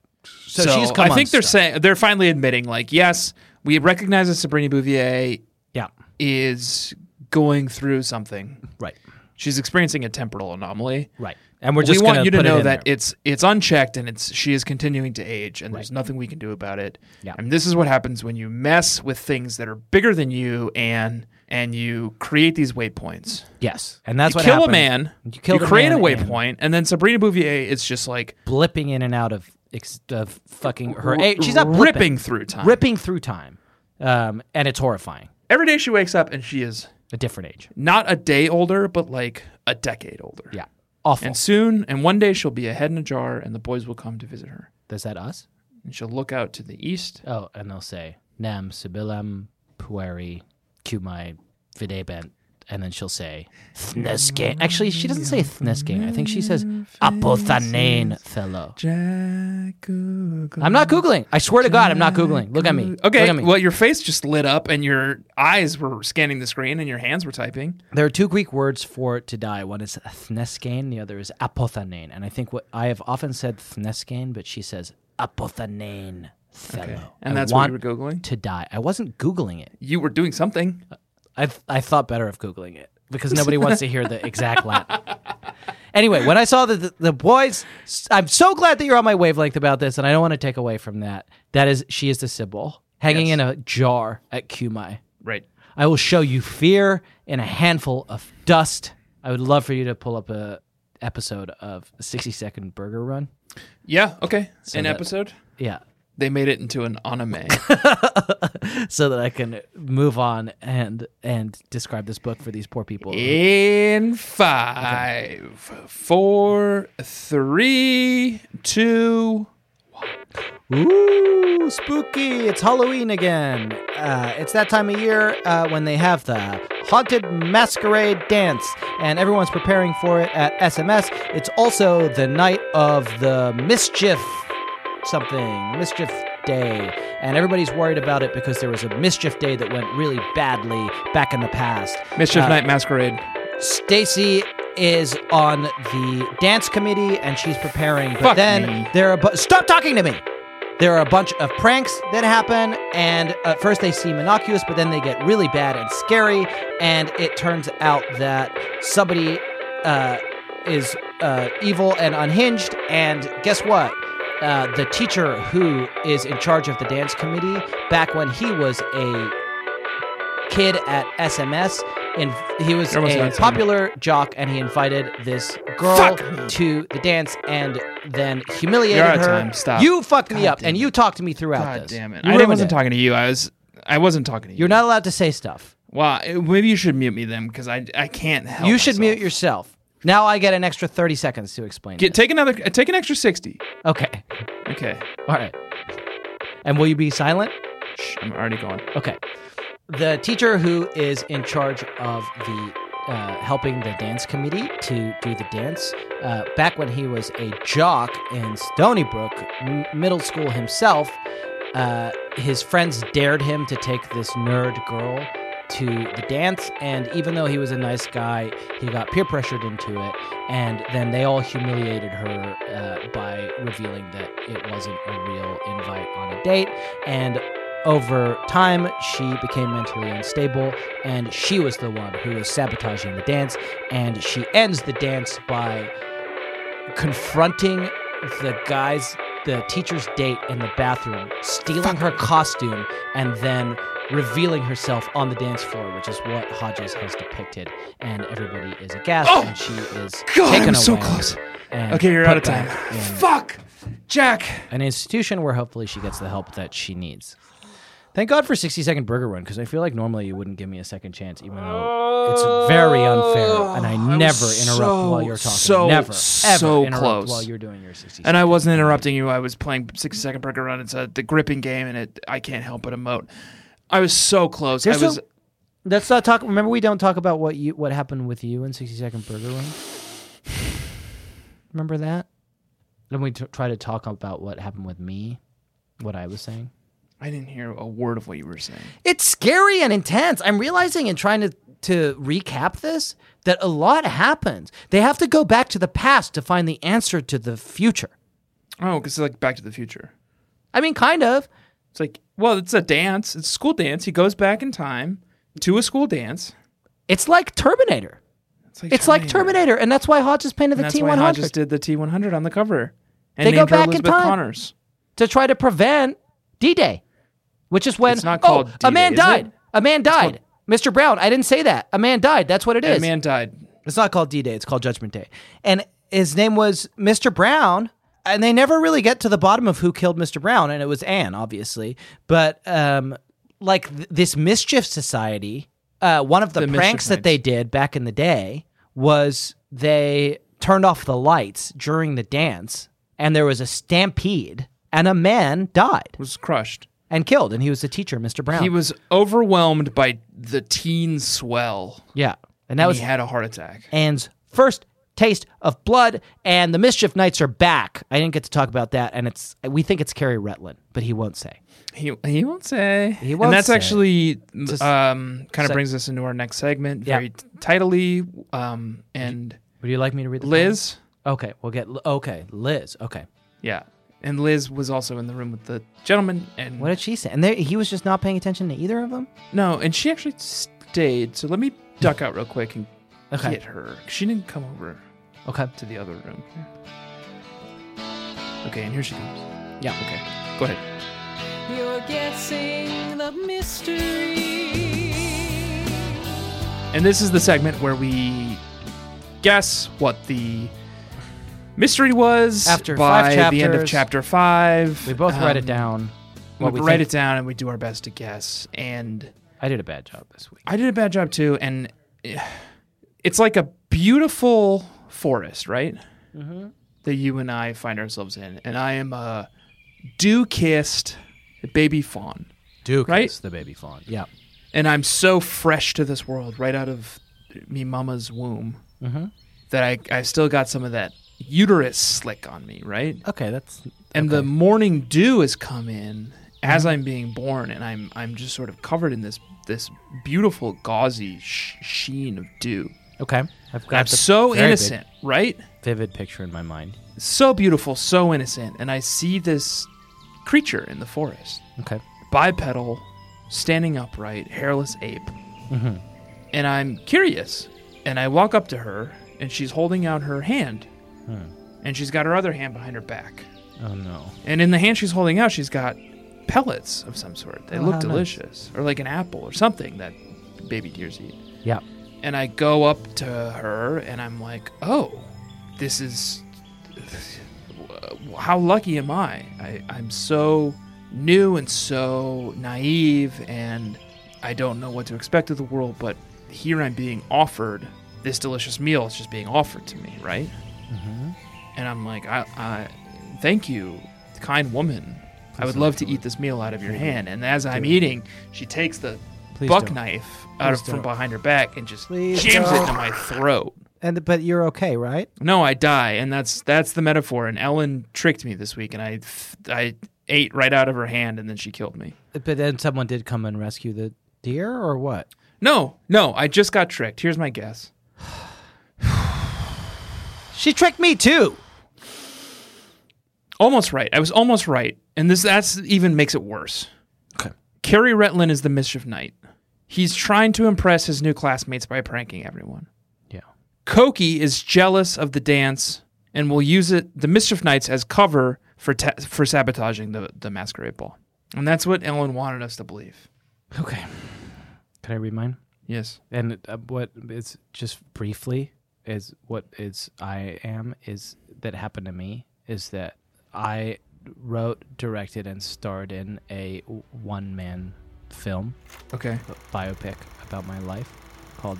[SPEAKER 2] So,
[SPEAKER 4] So,
[SPEAKER 2] she's come.
[SPEAKER 4] I think they're
[SPEAKER 2] unstuck.
[SPEAKER 4] saying they're finally admitting, like, yes, we recognize that Sabrina Bouvier
[SPEAKER 2] yeah,
[SPEAKER 4] is going through something.
[SPEAKER 2] right,
[SPEAKER 4] She's experiencing a temporal anomaly.
[SPEAKER 2] right. And we're just
[SPEAKER 4] we want
[SPEAKER 2] gonna
[SPEAKER 4] you to
[SPEAKER 2] put it
[SPEAKER 4] know
[SPEAKER 2] in
[SPEAKER 4] that
[SPEAKER 2] there.
[SPEAKER 4] it's it's unchecked and it's she is continuing to age and there's nothing we can do about it.
[SPEAKER 2] Yeah.
[SPEAKER 4] And this is what happens when you mess with things that are bigger than you and and you create these waypoints.
[SPEAKER 2] Yes, and that's
[SPEAKER 4] You
[SPEAKER 2] what
[SPEAKER 4] kill
[SPEAKER 2] happened.
[SPEAKER 4] a man,
[SPEAKER 2] You kill the
[SPEAKER 4] create
[SPEAKER 2] man and-
[SPEAKER 4] a waypoint, and then Sabrina Bouvier is just like
[SPEAKER 2] blipping in and out of ex- of fucking her.
[SPEAKER 4] r-
[SPEAKER 2] eh, she's not
[SPEAKER 4] ripping
[SPEAKER 2] blipping,
[SPEAKER 4] through time.
[SPEAKER 2] ripping through time, um, and it's horrifying.
[SPEAKER 4] Every day she wakes up and she is
[SPEAKER 2] A different age.
[SPEAKER 4] not a day older, but like a decade older.
[SPEAKER 2] Yeah, awful.
[SPEAKER 4] And soon, and one day she'll be a head in a jar, and the boys will come to visit her.
[SPEAKER 2] Is that us?
[SPEAKER 4] And she'll look out to the east
[SPEAKER 2] Oh, and they'll say "Nam sibilam pueri cumai videbent," and then she'll say "Thnesking." Actually, she doesn't say "Thnesking." I think she says "Apothanane fellow."
[SPEAKER 4] Jack Google.
[SPEAKER 2] I'm not googling. I swear to God, I'm not googling. Look at me. Look
[SPEAKER 4] Okay,
[SPEAKER 2] at me.
[SPEAKER 4] well, your face just lit up and your eyes were scanning the screen and your hands were typing.
[SPEAKER 2] There are two Greek words for to die. One is thneskein, the other is apothanane. And I think what I have often said thneskein, but she says apothanane fellow.
[SPEAKER 4] And
[SPEAKER 2] I
[SPEAKER 4] that's what you
[SPEAKER 2] want
[SPEAKER 4] were Googling?
[SPEAKER 2] To die. I wasn't Googling it.
[SPEAKER 4] You were doing something.
[SPEAKER 2] Uh, I, I thought better of Googling it because nobody wants to hear the exact Latin. Anyway, when I saw the, the, the boys, I'm so glad that you're on my wavelength about this, and I don't want to take away from that. That is, she is the Sybil hanging
[SPEAKER 4] Yes.
[SPEAKER 2] in a jar at Cumai.
[SPEAKER 4] Right.
[SPEAKER 2] I will show you fear in a handful of dust. I would love for you to pull up a episode of 60 Second Burger Run.
[SPEAKER 4] Yeah, okay. An
[SPEAKER 2] that-
[SPEAKER 4] episode.
[SPEAKER 2] Yeah.
[SPEAKER 4] They made it into an anime.
[SPEAKER 2] So that I can move on and and describe this book for these poor people.
[SPEAKER 4] In five, four, three, two.
[SPEAKER 2] Ooh, spooky. It's Halloween again. Uh, it's that time of year uh, when they have the Haunted Masquerade Dance, and everyone's preparing for it at SMS. It's also the night of the Mischief something, Mischief Day, and everybody's worried about it because there was a Mischief Day that went really badly back in the past.
[SPEAKER 4] Mischief
[SPEAKER 2] Uh,
[SPEAKER 4] Night Masquerade.
[SPEAKER 2] Stacy is on the dance committee and she's preparing. But
[SPEAKER 4] Fuck
[SPEAKER 2] then
[SPEAKER 4] me.
[SPEAKER 2] there are bu- stop talking to me. There are a bunch of pranks that happen, and at first they seem innocuous, but then they get really bad and scary. And it turns out that somebody uh, is uh, evil and unhinged. And guess what? Uh, the teacher who is in charge of the dance committee, back when he was a kid at SMS, and he was
[SPEAKER 4] There was
[SPEAKER 2] a
[SPEAKER 4] that song.
[SPEAKER 2] popular jock, and he invited this girl
[SPEAKER 4] Fuck.
[SPEAKER 2] to the dance, and then humiliated
[SPEAKER 4] You're out of
[SPEAKER 2] her.
[SPEAKER 4] time. Stop.
[SPEAKER 2] You fucked me
[SPEAKER 4] God
[SPEAKER 2] up, and
[SPEAKER 4] damn
[SPEAKER 2] you talked to me throughout
[SPEAKER 4] God
[SPEAKER 2] this.
[SPEAKER 4] damn it!
[SPEAKER 2] You
[SPEAKER 4] I
[SPEAKER 2] ruined
[SPEAKER 4] wasn't
[SPEAKER 2] it.
[SPEAKER 4] talking to you. I was. I wasn't talking to you.
[SPEAKER 2] You're not allowed to say stuff.
[SPEAKER 4] Well, maybe you should mute me then, because I I can't help.
[SPEAKER 2] you should
[SPEAKER 4] myself.
[SPEAKER 2] mute yourself. Now I get an extra thirty seconds to explain.
[SPEAKER 4] Get,
[SPEAKER 2] this.
[SPEAKER 4] take another. uh, Take an extra sixty.
[SPEAKER 2] okay.
[SPEAKER 4] Okay.
[SPEAKER 2] All right. And will you be silent?
[SPEAKER 4] Shh, I'm already going.
[SPEAKER 2] Okay. The teacher who is in charge of the uh, helping the dance committee to do the dance, uh, back when he was a jock in Stony Brook m- Middle School himself, uh, his friends dared him to take this nerd girl to the dance. And even though he was a nice guy, he got peer pressured into it. And then they all humiliated her uh, by revealing that it wasn't a real invite on a date. And over time, she became mentally unstable, and she was the one who was sabotaging the dance. And she ends the dance by confronting the guy's the teacher's date in the bathroom, stealing her costume, and then revealing herself on the dance floor, which is what Hodges has depicted. And everybody is aghast,
[SPEAKER 4] Oh!
[SPEAKER 2] and she is
[SPEAKER 4] God,
[SPEAKER 2] taken
[SPEAKER 4] I'm so
[SPEAKER 2] away
[SPEAKER 4] close.
[SPEAKER 2] and
[SPEAKER 4] Okay, you're
[SPEAKER 2] put
[SPEAKER 4] out of time.
[SPEAKER 2] back in
[SPEAKER 4] Fuck, Jack.
[SPEAKER 2] an institution where hopefully she gets the help that she needs. Thank God for 60 Second Burger Run because I feel like normally you wouldn't give me a second chance, even though it's very unfair. And I,
[SPEAKER 4] Oh, was
[SPEAKER 2] never interrupt
[SPEAKER 4] so,
[SPEAKER 2] while you're talking.
[SPEAKER 4] so,
[SPEAKER 2] never, ever
[SPEAKER 4] so
[SPEAKER 2] interrupt
[SPEAKER 4] close.
[SPEAKER 2] while you're doing your 60
[SPEAKER 4] And I wasn't interrupting you. I was playing 60 Second Burger Run. It's a the gripping game, and it I can't help but emote. I was so close.
[SPEAKER 2] There's
[SPEAKER 4] I was.
[SPEAKER 2] a- Let's not talk. Remember, we don't talk about what you what happened with you in 60 Second Burger Run. Remember that? Then we t- try to talk about what happened with me, what I was saying.
[SPEAKER 4] I didn't hear a word of what you were saying.
[SPEAKER 2] It's scary and intense. I'm realizing in trying to to recap this that a lot happens. They have to go back to the past to find the answer to the future.
[SPEAKER 4] Oh, because it's like Back to the Future.
[SPEAKER 2] I mean, kind of.
[SPEAKER 4] It's like, well, it's a dance. It's a school dance. He goes back in time to a school dance.
[SPEAKER 2] It's like Terminator.
[SPEAKER 4] It's like
[SPEAKER 2] It's like Terminator, and that's why Hodges painted the
[SPEAKER 4] And that's
[SPEAKER 2] T100
[SPEAKER 4] why Hodges did the T100 on the cover. And
[SPEAKER 2] They go
[SPEAKER 4] named her
[SPEAKER 2] back in
[SPEAKER 4] Elizabeth
[SPEAKER 2] time.
[SPEAKER 4] Connors.
[SPEAKER 2] to try to prevent D-Day, which is when
[SPEAKER 4] It's not
[SPEAKER 2] oh,
[SPEAKER 4] called
[SPEAKER 2] a man
[SPEAKER 4] D-Day, is
[SPEAKER 2] died.
[SPEAKER 4] it?
[SPEAKER 2] A man died. Mr. Brown, I didn't say that. A man died. That's what it
[SPEAKER 4] That
[SPEAKER 2] is.
[SPEAKER 4] man died.
[SPEAKER 2] It's not called D Day, it's called Judgment Day. And his name was Mr. Brown. And they never really get to the bottom of who killed Mr. Brown. And it was Anne, obviously. But um, like th- this Mischief Society, uh, one of the,
[SPEAKER 4] The Mischief
[SPEAKER 2] pranks that
[SPEAKER 4] Knights.
[SPEAKER 2] they did back in the day was they turned off the lights during the dance. And there was a stampede. And a man died
[SPEAKER 4] Was crushed.
[SPEAKER 2] and killed. And he was a teacher, Mr. Brown.
[SPEAKER 4] He was overwhelmed by the teen swell.
[SPEAKER 2] yeah. And that was
[SPEAKER 4] he had a heart attack.
[SPEAKER 2] Anne's first taste of blood, and the Mischief Knights are back. I didn't get to talk about that, and it's we think it's Carrie Rutland, but he won't say.
[SPEAKER 4] He he won't say. He
[SPEAKER 2] won't
[SPEAKER 4] And that's
[SPEAKER 2] say.
[SPEAKER 4] actually um, kind of
[SPEAKER 2] sec-
[SPEAKER 4] brings us into our next segment
[SPEAKER 2] Yeah.
[SPEAKER 4] very t- tidily. Um, and
[SPEAKER 2] Would you like me to read the
[SPEAKER 4] Liz,
[SPEAKER 2] Okay, we'll get okay, Liz. Okay,
[SPEAKER 4] yeah, and Liz was also in the room with the gentleman. And
[SPEAKER 2] what did she say? And there, he was just not paying attention to either of them.
[SPEAKER 4] no, and she actually stayed. So let me duck out real quick and
[SPEAKER 2] Okay.
[SPEAKER 4] get her. She didn't come over
[SPEAKER 2] Okay,
[SPEAKER 4] to the other room. Okay, and here she comes.
[SPEAKER 2] yeah,
[SPEAKER 4] Okay, go ahead.
[SPEAKER 6] You're guessing the mystery.
[SPEAKER 4] And this is the segment where we guess what the mystery was
[SPEAKER 2] After
[SPEAKER 4] by
[SPEAKER 2] five
[SPEAKER 4] the end of
[SPEAKER 2] chapters.
[SPEAKER 4] chapter five.
[SPEAKER 2] we both write it
[SPEAKER 4] Um,
[SPEAKER 2] down.
[SPEAKER 4] We,
[SPEAKER 2] what we
[SPEAKER 4] write
[SPEAKER 2] think.
[SPEAKER 4] it down and we do our best to guess. And
[SPEAKER 2] I did a bad job this week.
[SPEAKER 4] I did a bad job too. And it's like a beautiful forest, right?
[SPEAKER 2] Mm-hmm.
[SPEAKER 4] That you and I find ourselves in. And I am a dew kissed baby fawn.
[SPEAKER 2] Duke
[SPEAKER 4] Right?
[SPEAKER 2] is the baby fawn. Yeah,
[SPEAKER 4] and I'm so fresh to this world, right out of me mama's womb,
[SPEAKER 2] Mm-hmm.
[SPEAKER 4] that I I still got some of that uterus slick on me, right?
[SPEAKER 2] okay, that's
[SPEAKER 4] And the morning dew has come in as I'm being born, and I'm I'm just sort of covered in this this beautiful gauzy sh- sheen of dew.
[SPEAKER 2] okay. I've got
[SPEAKER 4] I'm
[SPEAKER 2] the
[SPEAKER 4] so
[SPEAKER 2] very big,
[SPEAKER 4] innocent, right?
[SPEAKER 2] vivid picture in my mind.
[SPEAKER 4] So beautiful, so innocent, and I see this creature in the forest.
[SPEAKER 2] Okay,
[SPEAKER 4] bipedal, standing upright, hairless ape.
[SPEAKER 2] Mm-hmm.
[SPEAKER 4] And I'm curious. And I walk up to her, and she's holding out her hand.
[SPEAKER 2] Hmm.
[SPEAKER 4] And she's got her other hand behind her back.
[SPEAKER 2] oh no,
[SPEAKER 4] And in the hand she's holding out, she's got pellets of some sort. They
[SPEAKER 2] Oh,
[SPEAKER 4] look
[SPEAKER 2] how nice.
[SPEAKER 4] delicious, or like an apple or something that baby deers eat.
[SPEAKER 2] yeah,
[SPEAKER 4] And I go up to her, and I'm like, oh, this is. How lucky am I? I I'm so new and so naive, and I don't know what to expect of the world, but here I'm being offered this delicious meal. It's just being offered to me, right?
[SPEAKER 2] Mm-hmm.
[SPEAKER 4] And I'm like, I, I thank you, kind woman. I would love to eat this meal out of your hand. And as I'm eating, she takes the
[SPEAKER 2] Please
[SPEAKER 4] buck
[SPEAKER 2] don't.
[SPEAKER 4] knife out
[SPEAKER 2] Please
[SPEAKER 4] of, from
[SPEAKER 2] don't.
[SPEAKER 4] behind her back and just
[SPEAKER 2] Please
[SPEAKER 4] jams it
[SPEAKER 2] don't.
[SPEAKER 4] into my throat.
[SPEAKER 2] and but you're okay, right?
[SPEAKER 4] No, I die, and that's that's the metaphor. And Ellen tricked me this week, and I I ate right out of her hand, and then she killed me.
[SPEAKER 2] But then someone did come and rescue the deer, or what?
[SPEAKER 4] No, no, I just got tricked. Here's my guess.
[SPEAKER 2] She tricked me too.
[SPEAKER 4] Almost right. I was almost right, and this that's even makes it worse.
[SPEAKER 2] Okay.
[SPEAKER 4] Carrie Retlin is the mischief knight. He's trying to impress his new classmates by pranking everyone.
[SPEAKER 2] Yeah.
[SPEAKER 4] Koki is jealous of the dance and will use it the Mischief Knights as cover for ta- for sabotaging the the masquerade ball, and that's what Ellen wanted us to believe.
[SPEAKER 2] Okay. Can I read mine?
[SPEAKER 4] Yes.
[SPEAKER 2] And uh, what it's just briefly is what is I am is that happened to me is that I wrote, directed, and starred in a one man film
[SPEAKER 4] Okay.
[SPEAKER 2] biopic about my life called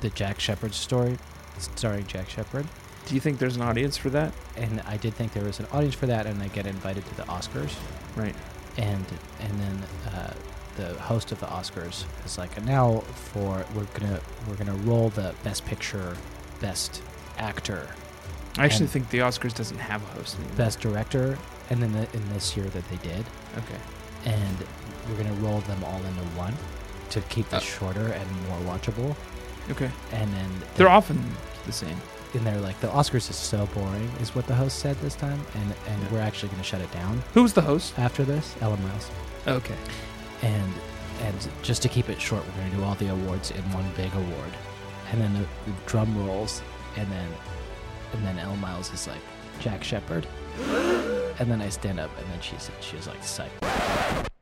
[SPEAKER 2] "The Jack Shepherd Story," starring Jack Shepherd.
[SPEAKER 4] Do you think there's an audience for that?
[SPEAKER 2] And I did think there was an audience for that, and I get invited to the Oscars.
[SPEAKER 4] Right.
[SPEAKER 2] and and then uh, the host of the Oscars is like, and now for we're gonna we're gonna roll the best picture, best actor,
[SPEAKER 4] I actually
[SPEAKER 2] And-
[SPEAKER 4] think the Oscars doesn't have a host anymore.
[SPEAKER 2] best director, and then the, in this year that they did,
[SPEAKER 4] Okay.
[SPEAKER 2] and we're gonna roll them all into one to keep this
[SPEAKER 4] Uh.
[SPEAKER 2] shorter and more watchable.
[SPEAKER 4] Okay.
[SPEAKER 2] And then
[SPEAKER 4] They're often the same.
[SPEAKER 2] and they're like, the Oscars is so boring, is what the host said this time, and and we're actually gonna shut it down
[SPEAKER 4] Who was the host?
[SPEAKER 2] after this. Ellen Miles.
[SPEAKER 4] Okay.
[SPEAKER 2] and and just to keep it short, we're going to do all the awards in one big award, and then the, the drum rolls, and then and then Elle Miles is like Jack Shepard, and then I stand up, and then she said she was like psych.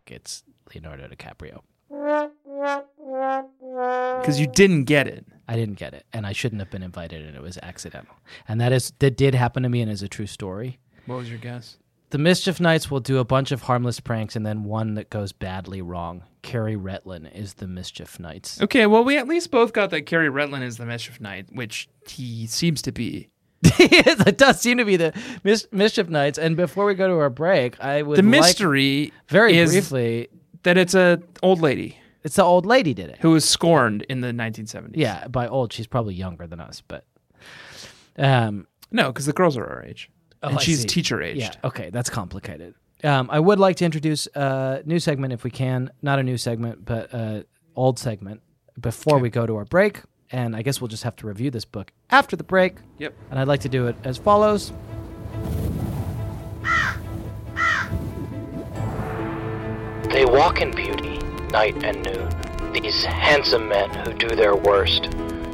[SPEAKER 2] It's Leonardo DiCaprio.
[SPEAKER 4] Because you didn't get it.
[SPEAKER 2] I didn't get it, and I shouldn't have been invited, and it was accidental. And that is that did happen to me, and is a true story.
[SPEAKER 4] What was your guess?
[SPEAKER 2] The Mischief Knights will do a bunch of harmless pranks, and then one that goes badly wrong. Carrie Retlin is the Mischief Knights.
[SPEAKER 4] Okay, well, we at least both got that Carrie Redlin is the Mischief Knight, which he seems to be.
[SPEAKER 2] it does seem to be the mis- mischief nights. And before we go to our break, I would
[SPEAKER 4] The
[SPEAKER 2] like-
[SPEAKER 4] mystery
[SPEAKER 2] very
[SPEAKER 4] is
[SPEAKER 2] briefly.
[SPEAKER 4] that it's a old lady
[SPEAKER 2] It's the old lady did it.
[SPEAKER 4] who was scorned in the 1970s.
[SPEAKER 2] Yeah, by old she's probably younger than us, but um,
[SPEAKER 4] No, because the girls are our age.
[SPEAKER 2] Oh,
[SPEAKER 4] and
[SPEAKER 2] I
[SPEAKER 4] she's
[SPEAKER 2] see.
[SPEAKER 4] teacher aged.
[SPEAKER 2] yeah, okay, that's complicated. Um, I would like to introduce a new segment if we can, not a new segment, but a old segment before we go to our break. And I guess we'll just have to review this book after the break.
[SPEAKER 4] Yep.
[SPEAKER 2] And I'd like to do it as follows.
[SPEAKER 7] They walk in beauty, night and noon, these handsome men who do their worst,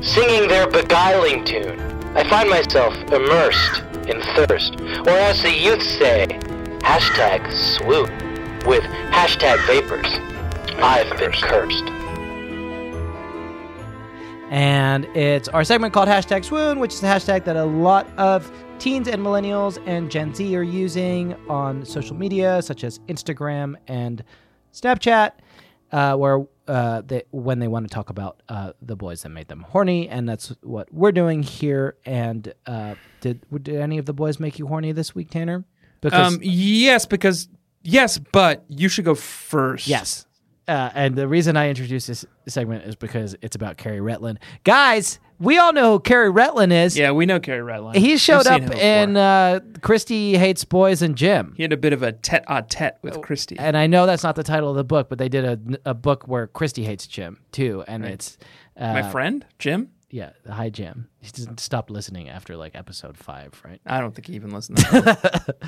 [SPEAKER 7] singing their beguiling tune. I find myself immersed in thirst, or as the youth say, hashtag swoop, with hashtag vapors. I've been cursed.
[SPEAKER 2] And it's our segment called hashtag swoon, which is a hashtag that a lot of teens and millennials and Gen Z are using on social media, such as Instagram and Snapchat, uh, where uh, they, when they want to talk about uh, the boys that made them horny. And that's what we're doing here. And uh, did, did any of the boys make you horny this week, Tanner? Because
[SPEAKER 4] Um, yes, because, yes, but you should go first.
[SPEAKER 2] Yes. Uh, and the reason I introduced this segment is because it's about Carrie Retlin. Guys, we all know who Carrie Retlin is.
[SPEAKER 4] Yeah, we know Carrie Redlin.
[SPEAKER 2] He
[SPEAKER 4] We've
[SPEAKER 2] showed
[SPEAKER 4] seen
[SPEAKER 2] up
[SPEAKER 4] him before.
[SPEAKER 2] in uh, Christie Hates Boys and Jim.
[SPEAKER 4] He had a bit of a tete a tete with Christy.
[SPEAKER 2] Oh, And I know that's not the title of the book, but they did a, a book where Christie hates Jim too. And it's, uh,
[SPEAKER 4] My Oh. friend, Jim?
[SPEAKER 2] yeah, hi, Jim. He doesn't stop listening after like episode five, right?
[SPEAKER 4] I don't think he even listened to that.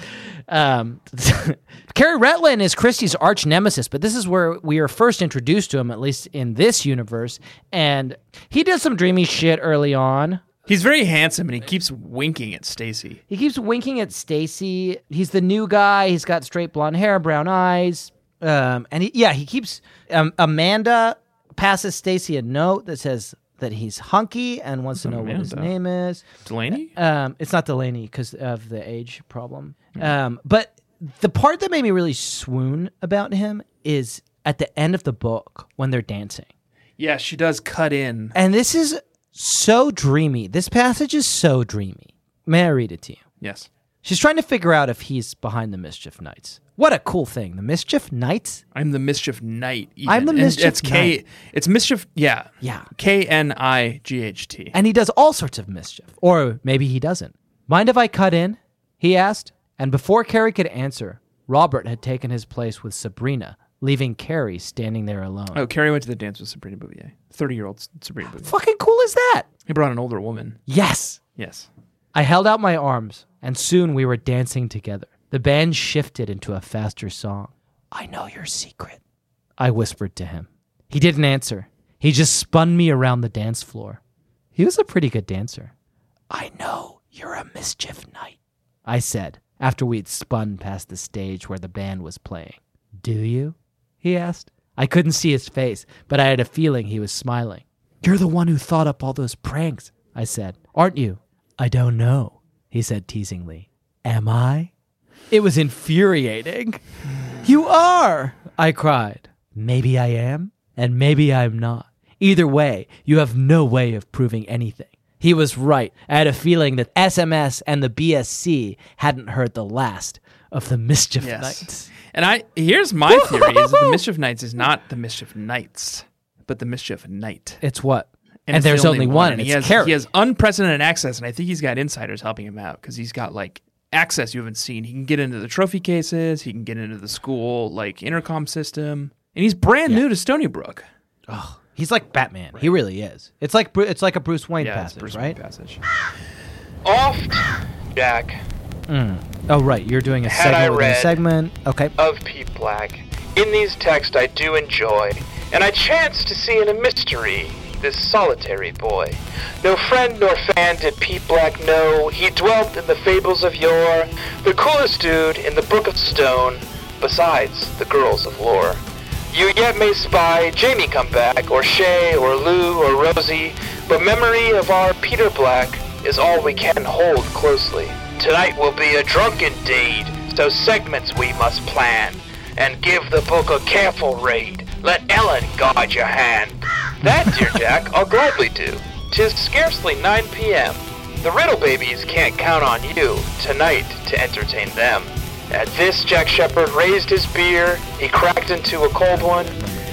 [SPEAKER 2] Um, Carrie Retlin is Christie's arch nemesis, but this is where we are first introduced to him, at least in this universe. And he does some dreamy shit early on.
[SPEAKER 4] He's very handsome and he keeps winking at Stacy.
[SPEAKER 2] He keeps winking at Stacy. He's the new guy. He's got straight blonde hair, brown eyes. Um, and he, yeah, he keeps um, Amanda passes Stacy a note that says that he's hunky and wants to know what his
[SPEAKER 4] Amanda?
[SPEAKER 2] name is.
[SPEAKER 4] Delaney?
[SPEAKER 2] Um, it's not Delaney because of the age problem. Um, but the part that made me really swoon about him is at the end of the book when they're dancing.
[SPEAKER 4] Yeah, she does cut in.
[SPEAKER 2] And this is so dreamy. This passage is so dreamy. May I read it to you?
[SPEAKER 4] Yes.
[SPEAKER 2] She's trying to figure out if he's behind the Mischief Knights. What a cool thing. The Mischief Knights?
[SPEAKER 4] I'm the mischief knight. even.
[SPEAKER 2] I'm the
[SPEAKER 4] And
[SPEAKER 2] Mischief
[SPEAKER 4] It's K.
[SPEAKER 2] Knight.
[SPEAKER 4] It's mischief. Yeah.
[SPEAKER 2] Yeah.
[SPEAKER 4] K N I G H T.
[SPEAKER 2] And he does all sorts of mischief. Or maybe he doesn't. Mind if I cut in? He asked. And before Carrie could answer, Robert had taken his place with Sabrina, leaving Carrie standing there alone.
[SPEAKER 4] Oh, Carrie went to the dance with Sabrina Bouvier. Thirty-year-old Sabrina Bouvier.
[SPEAKER 2] Fucking cool is that?
[SPEAKER 4] He brought an older woman.
[SPEAKER 2] Yes.
[SPEAKER 4] Yes.
[SPEAKER 2] I held out my arms, and soon we were dancing together. The band shifted into a faster song. I know your secret, I whispered to him. He didn't answer. He just spun me around the dance floor. He was a pretty good dancer. I know you're a mischief knight, I said, after we'd spun past the stage where the band was playing. Do you? he asked. I couldn't see his face, but I had a feeling he was smiling. You're the one who thought up all those pranks, I said, aren't you? I don't know, he said teasingly. Am I? It was infuriating. You are, I cried. Maybe I am, and maybe I'm not. Either way, you have no way of proving anything. He was right. I had a feeling that SMS and the BSC hadn't heard the last of the Mischief
[SPEAKER 4] Yes.
[SPEAKER 2] Nights.
[SPEAKER 4] And I here's my theory is that the Mischief Knights is not the Mischief Knights, but the Mischief Knight.
[SPEAKER 2] It's what? And,
[SPEAKER 4] it's
[SPEAKER 2] there's
[SPEAKER 4] the
[SPEAKER 2] only, one, and
[SPEAKER 4] he
[SPEAKER 2] it's
[SPEAKER 4] has,
[SPEAKER 2] Carrie.
[SPEAKER 4] He has unprecedented access, and I think he's got insiders helping him out because he's got like access you haven't seen. He can get into the trophy cases. He can get into the school like intercom system, and he's brand new to Stony Brook.
[SPEAKER 2] He's like Batman. He really is. It's like Bru- it's like a Bruce Wayne
[SPEAKER 4] it's
[SPEAKER 2] passage,
[SPEAKER 4] Bruce Wayne
[SPEAKER 2] right?
[SPEAKER 4] Passage.
[SPEAKER 8] Oft, Jack,
[SPEAKER 2] Oh, right. You're doing a
[SPEAKER 8] Had I
[SPEAKER 2] segment within a
[SPEAKER 8] read-
[SPEAKER 2] segment. Okay.
[SPEAKER 8] of Pete Black. In these texts I do enjoy, and I chance to see in a mystery this solitary boy. No friend nor fan did Pete Black know, he dwelt in the fables of yore, the coolest dude in the Book of Stone, besides the girls of lore. You yet may spy Jamie come back, or Shay, or Lou, or Rosie, but memory of our Peter Black is all we can hold closely. Tonight will be a drunken deed, so segments we must plan, and give the book a careful read. Let Ellen guide your hand. That, dear Jack, I'll gladly do. Tis scarcely 9 p.m. The Riddle Babies can't count on you tonight to entertain them. At this, Jack Shepard raised his beer, he cracked into a cold one,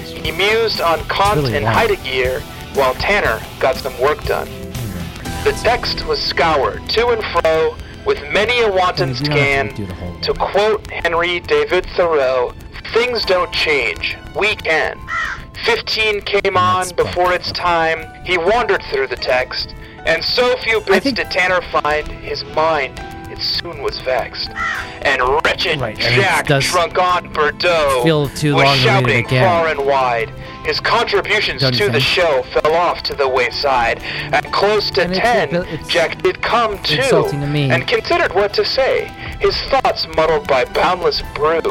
[SPEAKER 8] he mused on Kant
[SPEAKER 2] really
[SPEAKER 8] and
[SPEAKER 2] long.
[SPEAKER 8] Heidegger while Tanner got some work done. The text was scoured to and fro with many a wanton
[SPEAKER 2] You don't have
[SPEAKER 8] scan.
[SPEAKER 2] to do the whole
[SPEAKER 8] To
[SPEAKER 2] one.
[SPEAKER 8] quote Henry David Thoreau, things don't change, we can. 15 came on before its time, he wandered through the text, and so few bits
[SPEAKER 2] think-
[SPEAKER 8] did Tanner find, his mind it soon was vexed. And wretched
[SPEAKER 2] Right, and it
[SPEAKER 8] Jack,
[SPEAKER 2] does
[SPEAKER 8] drunk on Bordeaux,
[SPEAKER 2] feel too
[SPEAKER 8] was
[SPEAKER 2] long to read it
[SPEAKER 8] shouting
[SPEAKER 2] again.
[SPEAKER 8] far and wide. His contributions
[SPEAKER 2] Don't you
[SPEAKER 8] to the
[SPEAKER 2] think?
[SPEAKER 8] show fell off to the wayside. At close to
[SPEAKER 2] And it's a
[SPEAKER 8] 10,
[SPEAKER 2] bit- it's
[SPEAKER 8] Jack did come to
[SPEAKER 2] insulting to me.
[SPEAKER 8] and considered what to say, his thoughts muddled by boundless brew.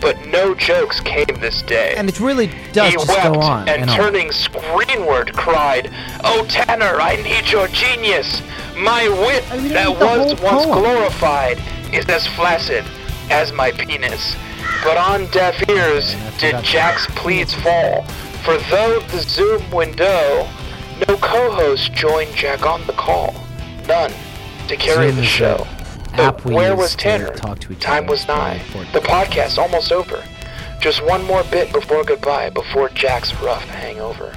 [SPEAKER 8] But no jokes came this day.
[SPEAKER 2] And it really does
[SPEAKER 8] he
[SPEAKER 2] just
[SPEAKER 8] wept
[SPEAKER 2] go on
[SPEAKER 8] and,
[SPEAKER 2] and on.
[SPEAKER 8] turning screenward cried, "Oh Tanner, I need your genius! My wit
[SPEAKER 2] I mean, I
[SPEAKER 8] that
[SPEAKER 2] need the
[SPEAKER 8] was
[SPEAKER 2] whole
[SPEAKER 8] once
[SPEAKER 2] poem."
[SPEAKER 8] glorified is as flaccid as my penis." But on deaf ears did Jack's pleads fall, for though the Zoom window, no co-host joined Jack on the call. None to carry
[SPEAKER 2] Zoom
[SPEAKER 8] the
[SPEAKER 2] is
[SPEAKER 8] show.
[SPEAKER 2] the
[SPEAKER 8] But
[SPEAKER 2] app we
[SPEAKER 8] where
[SPEAKER 2] use
[SPEAKER 8] was
[SPEAKER 2] to
[SPEAKER 8] Tanner?
[SPEAKER 2] talk to each
[SPEAKER 8] Time
[SPEAKER 2] other.
[SPEAKER 8] was nigh.
[SPEAKER 2] Very important.
[SPEAKER 8] The podcast almost over. Just one more bit before goodbye, before Jack's rough hangover.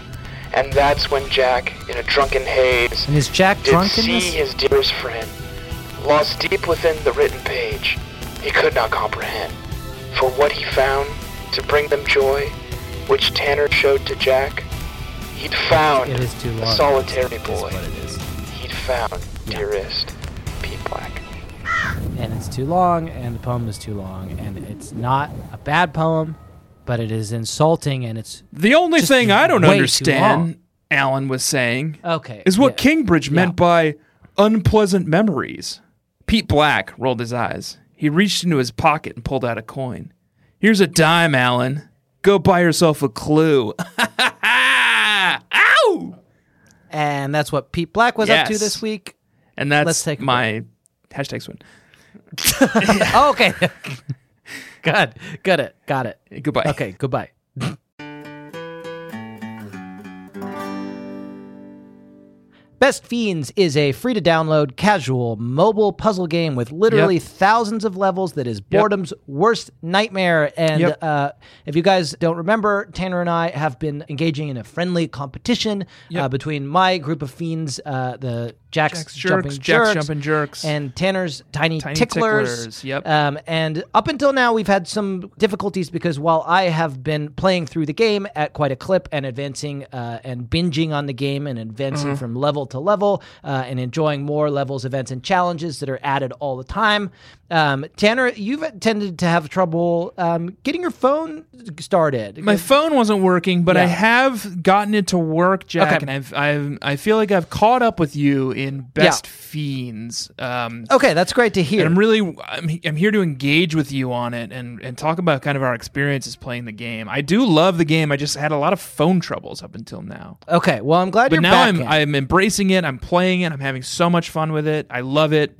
[SPEAKER 8] And that's when Jack, in a drunken haze,
[SPEAKER 2] And is Jack
[SPEAKER 8] did
[SPEAKER 2] drunk in
[SPEAKER 8] see
[SPEAKER 2] this?
[SPEAKER 8] his dearest friend, lost deep within the written page. He could not comprehend. For what he found to bring them joy, which Tanner showed to Jack, he'd found
[SPEAKER 2] It is too long.
[SPEAKER 8] a solitary
[SPEAKER 2] Is
[SPEAKER 8] boy.
[SPEAKER 2] what it is.
[SPEAKER 8] He'd found
[SPEAKER 2] Yeah.
[SPEAKER 8] dearest Pete Black.
[SPEAKER 2] And it's too long, and the poem is too long, and it's not a bad poem, but it is insulting, and it's
[SPEAKER 4] The only
[SPEAKER 2] Just
[SPEAKER 4] thing I don't
[SPEAKER 2] way too long.
[SPEAKER 4] understand, Alan was saying,
[SPEAKER 2] okay.
[SPEAKER 4] is what
[SPEAKER 2] yeah.
[SPEAKER 4] Kingbridge meant by unpleasant memories. Pete Black rolled his eyes. He reached into his pocket and pulled out a coin. Here's a dime, Alan. Go buy yourself a clue. Ow!
[SPEAKER 2] And that's what Pete Black was up to
[SPEAKER 4] Yes.
[SPEAKER 2] this week.
[SPEAKER 4] And that's
[SPEAKER 2] Let's take a
[SPEAKER 4] my hashtag swin.
[SPEAKER 2] Oh, okay. Good. Got it. Got it.
[SPEAKER 4] Goodbye.
[SPEAKER 2] Okay. Goodbye. Best Fiends is a free to download casual mobile puzzle game with literally
[SPEAKER 4] Yep.
[SPEAKER 2] thousands of levels that is boredom's worst nightmare. And
[SPEAKER 4] Yep.
[SPEAKER 2] uh, if you guys don't remember, Tanner and I have been engaging in a friendly competition uh, between my group of fiends, uh, the Jack's,
[SPEAKER 4] Jack's Jerks,
[SPEAKER 2] Jumping
[SPEAKER 4] Jack's
[SPEAKER 2] Jerks,
[SPEAKER 4] Jumping Jerks.
[SPEAKER 2] and Tanner's Tiny,
[SPEAKER 4] Tiny
[SPEAKER 2] Ticklers.
[SPEAKER 4] Ticklers, yep.
[SPEAKER 2] Um, and up until now, we've had some difficulties because while I have been playing through the game at quite a clip and advancing uh, and binging on the game and advancing
[SPEAKER 4] Mm-hmm.
[SPEAKER 2] from level to level uh, and enjoying more levels, events, and challenges that are added all the time, Um, Tanner, you've tended to have trouble um, getting your phone started.
[SPEAKER 4] My phone wasn't working, but I
[SPEAKER 2] Yeah.
[SPEAKER 4] have gotten it to work, Jack,
[SPEAKER 2] Okay.
[SPEAKER 4] and I've, I've I feel like I've caught up with you in Best
[SPEAKER 2] Yeah.
[SPEAKER 4] Fiends. Um,
[SPEAKER 2] okay, that's great to hear.
[SPEAKER 4] and I'm really I'm, I'm here to engage with you on it and and talk about kind of our experiences playing the game. I do love the game. I just had a lot of phone troubles up until now.
[SPEAKER 2] okay, well, I'm glad
[SPEAKER 4] But
[SPEAKER 2] you're
[SPEAKER 4] now
[SPEAKER 2] back
[SPEAKER 4] I'm
[SPEAKER 2] in.
[SPEAKER 4] I'm embracing it. I'm playing it. I'm having so much fun with it. I love it.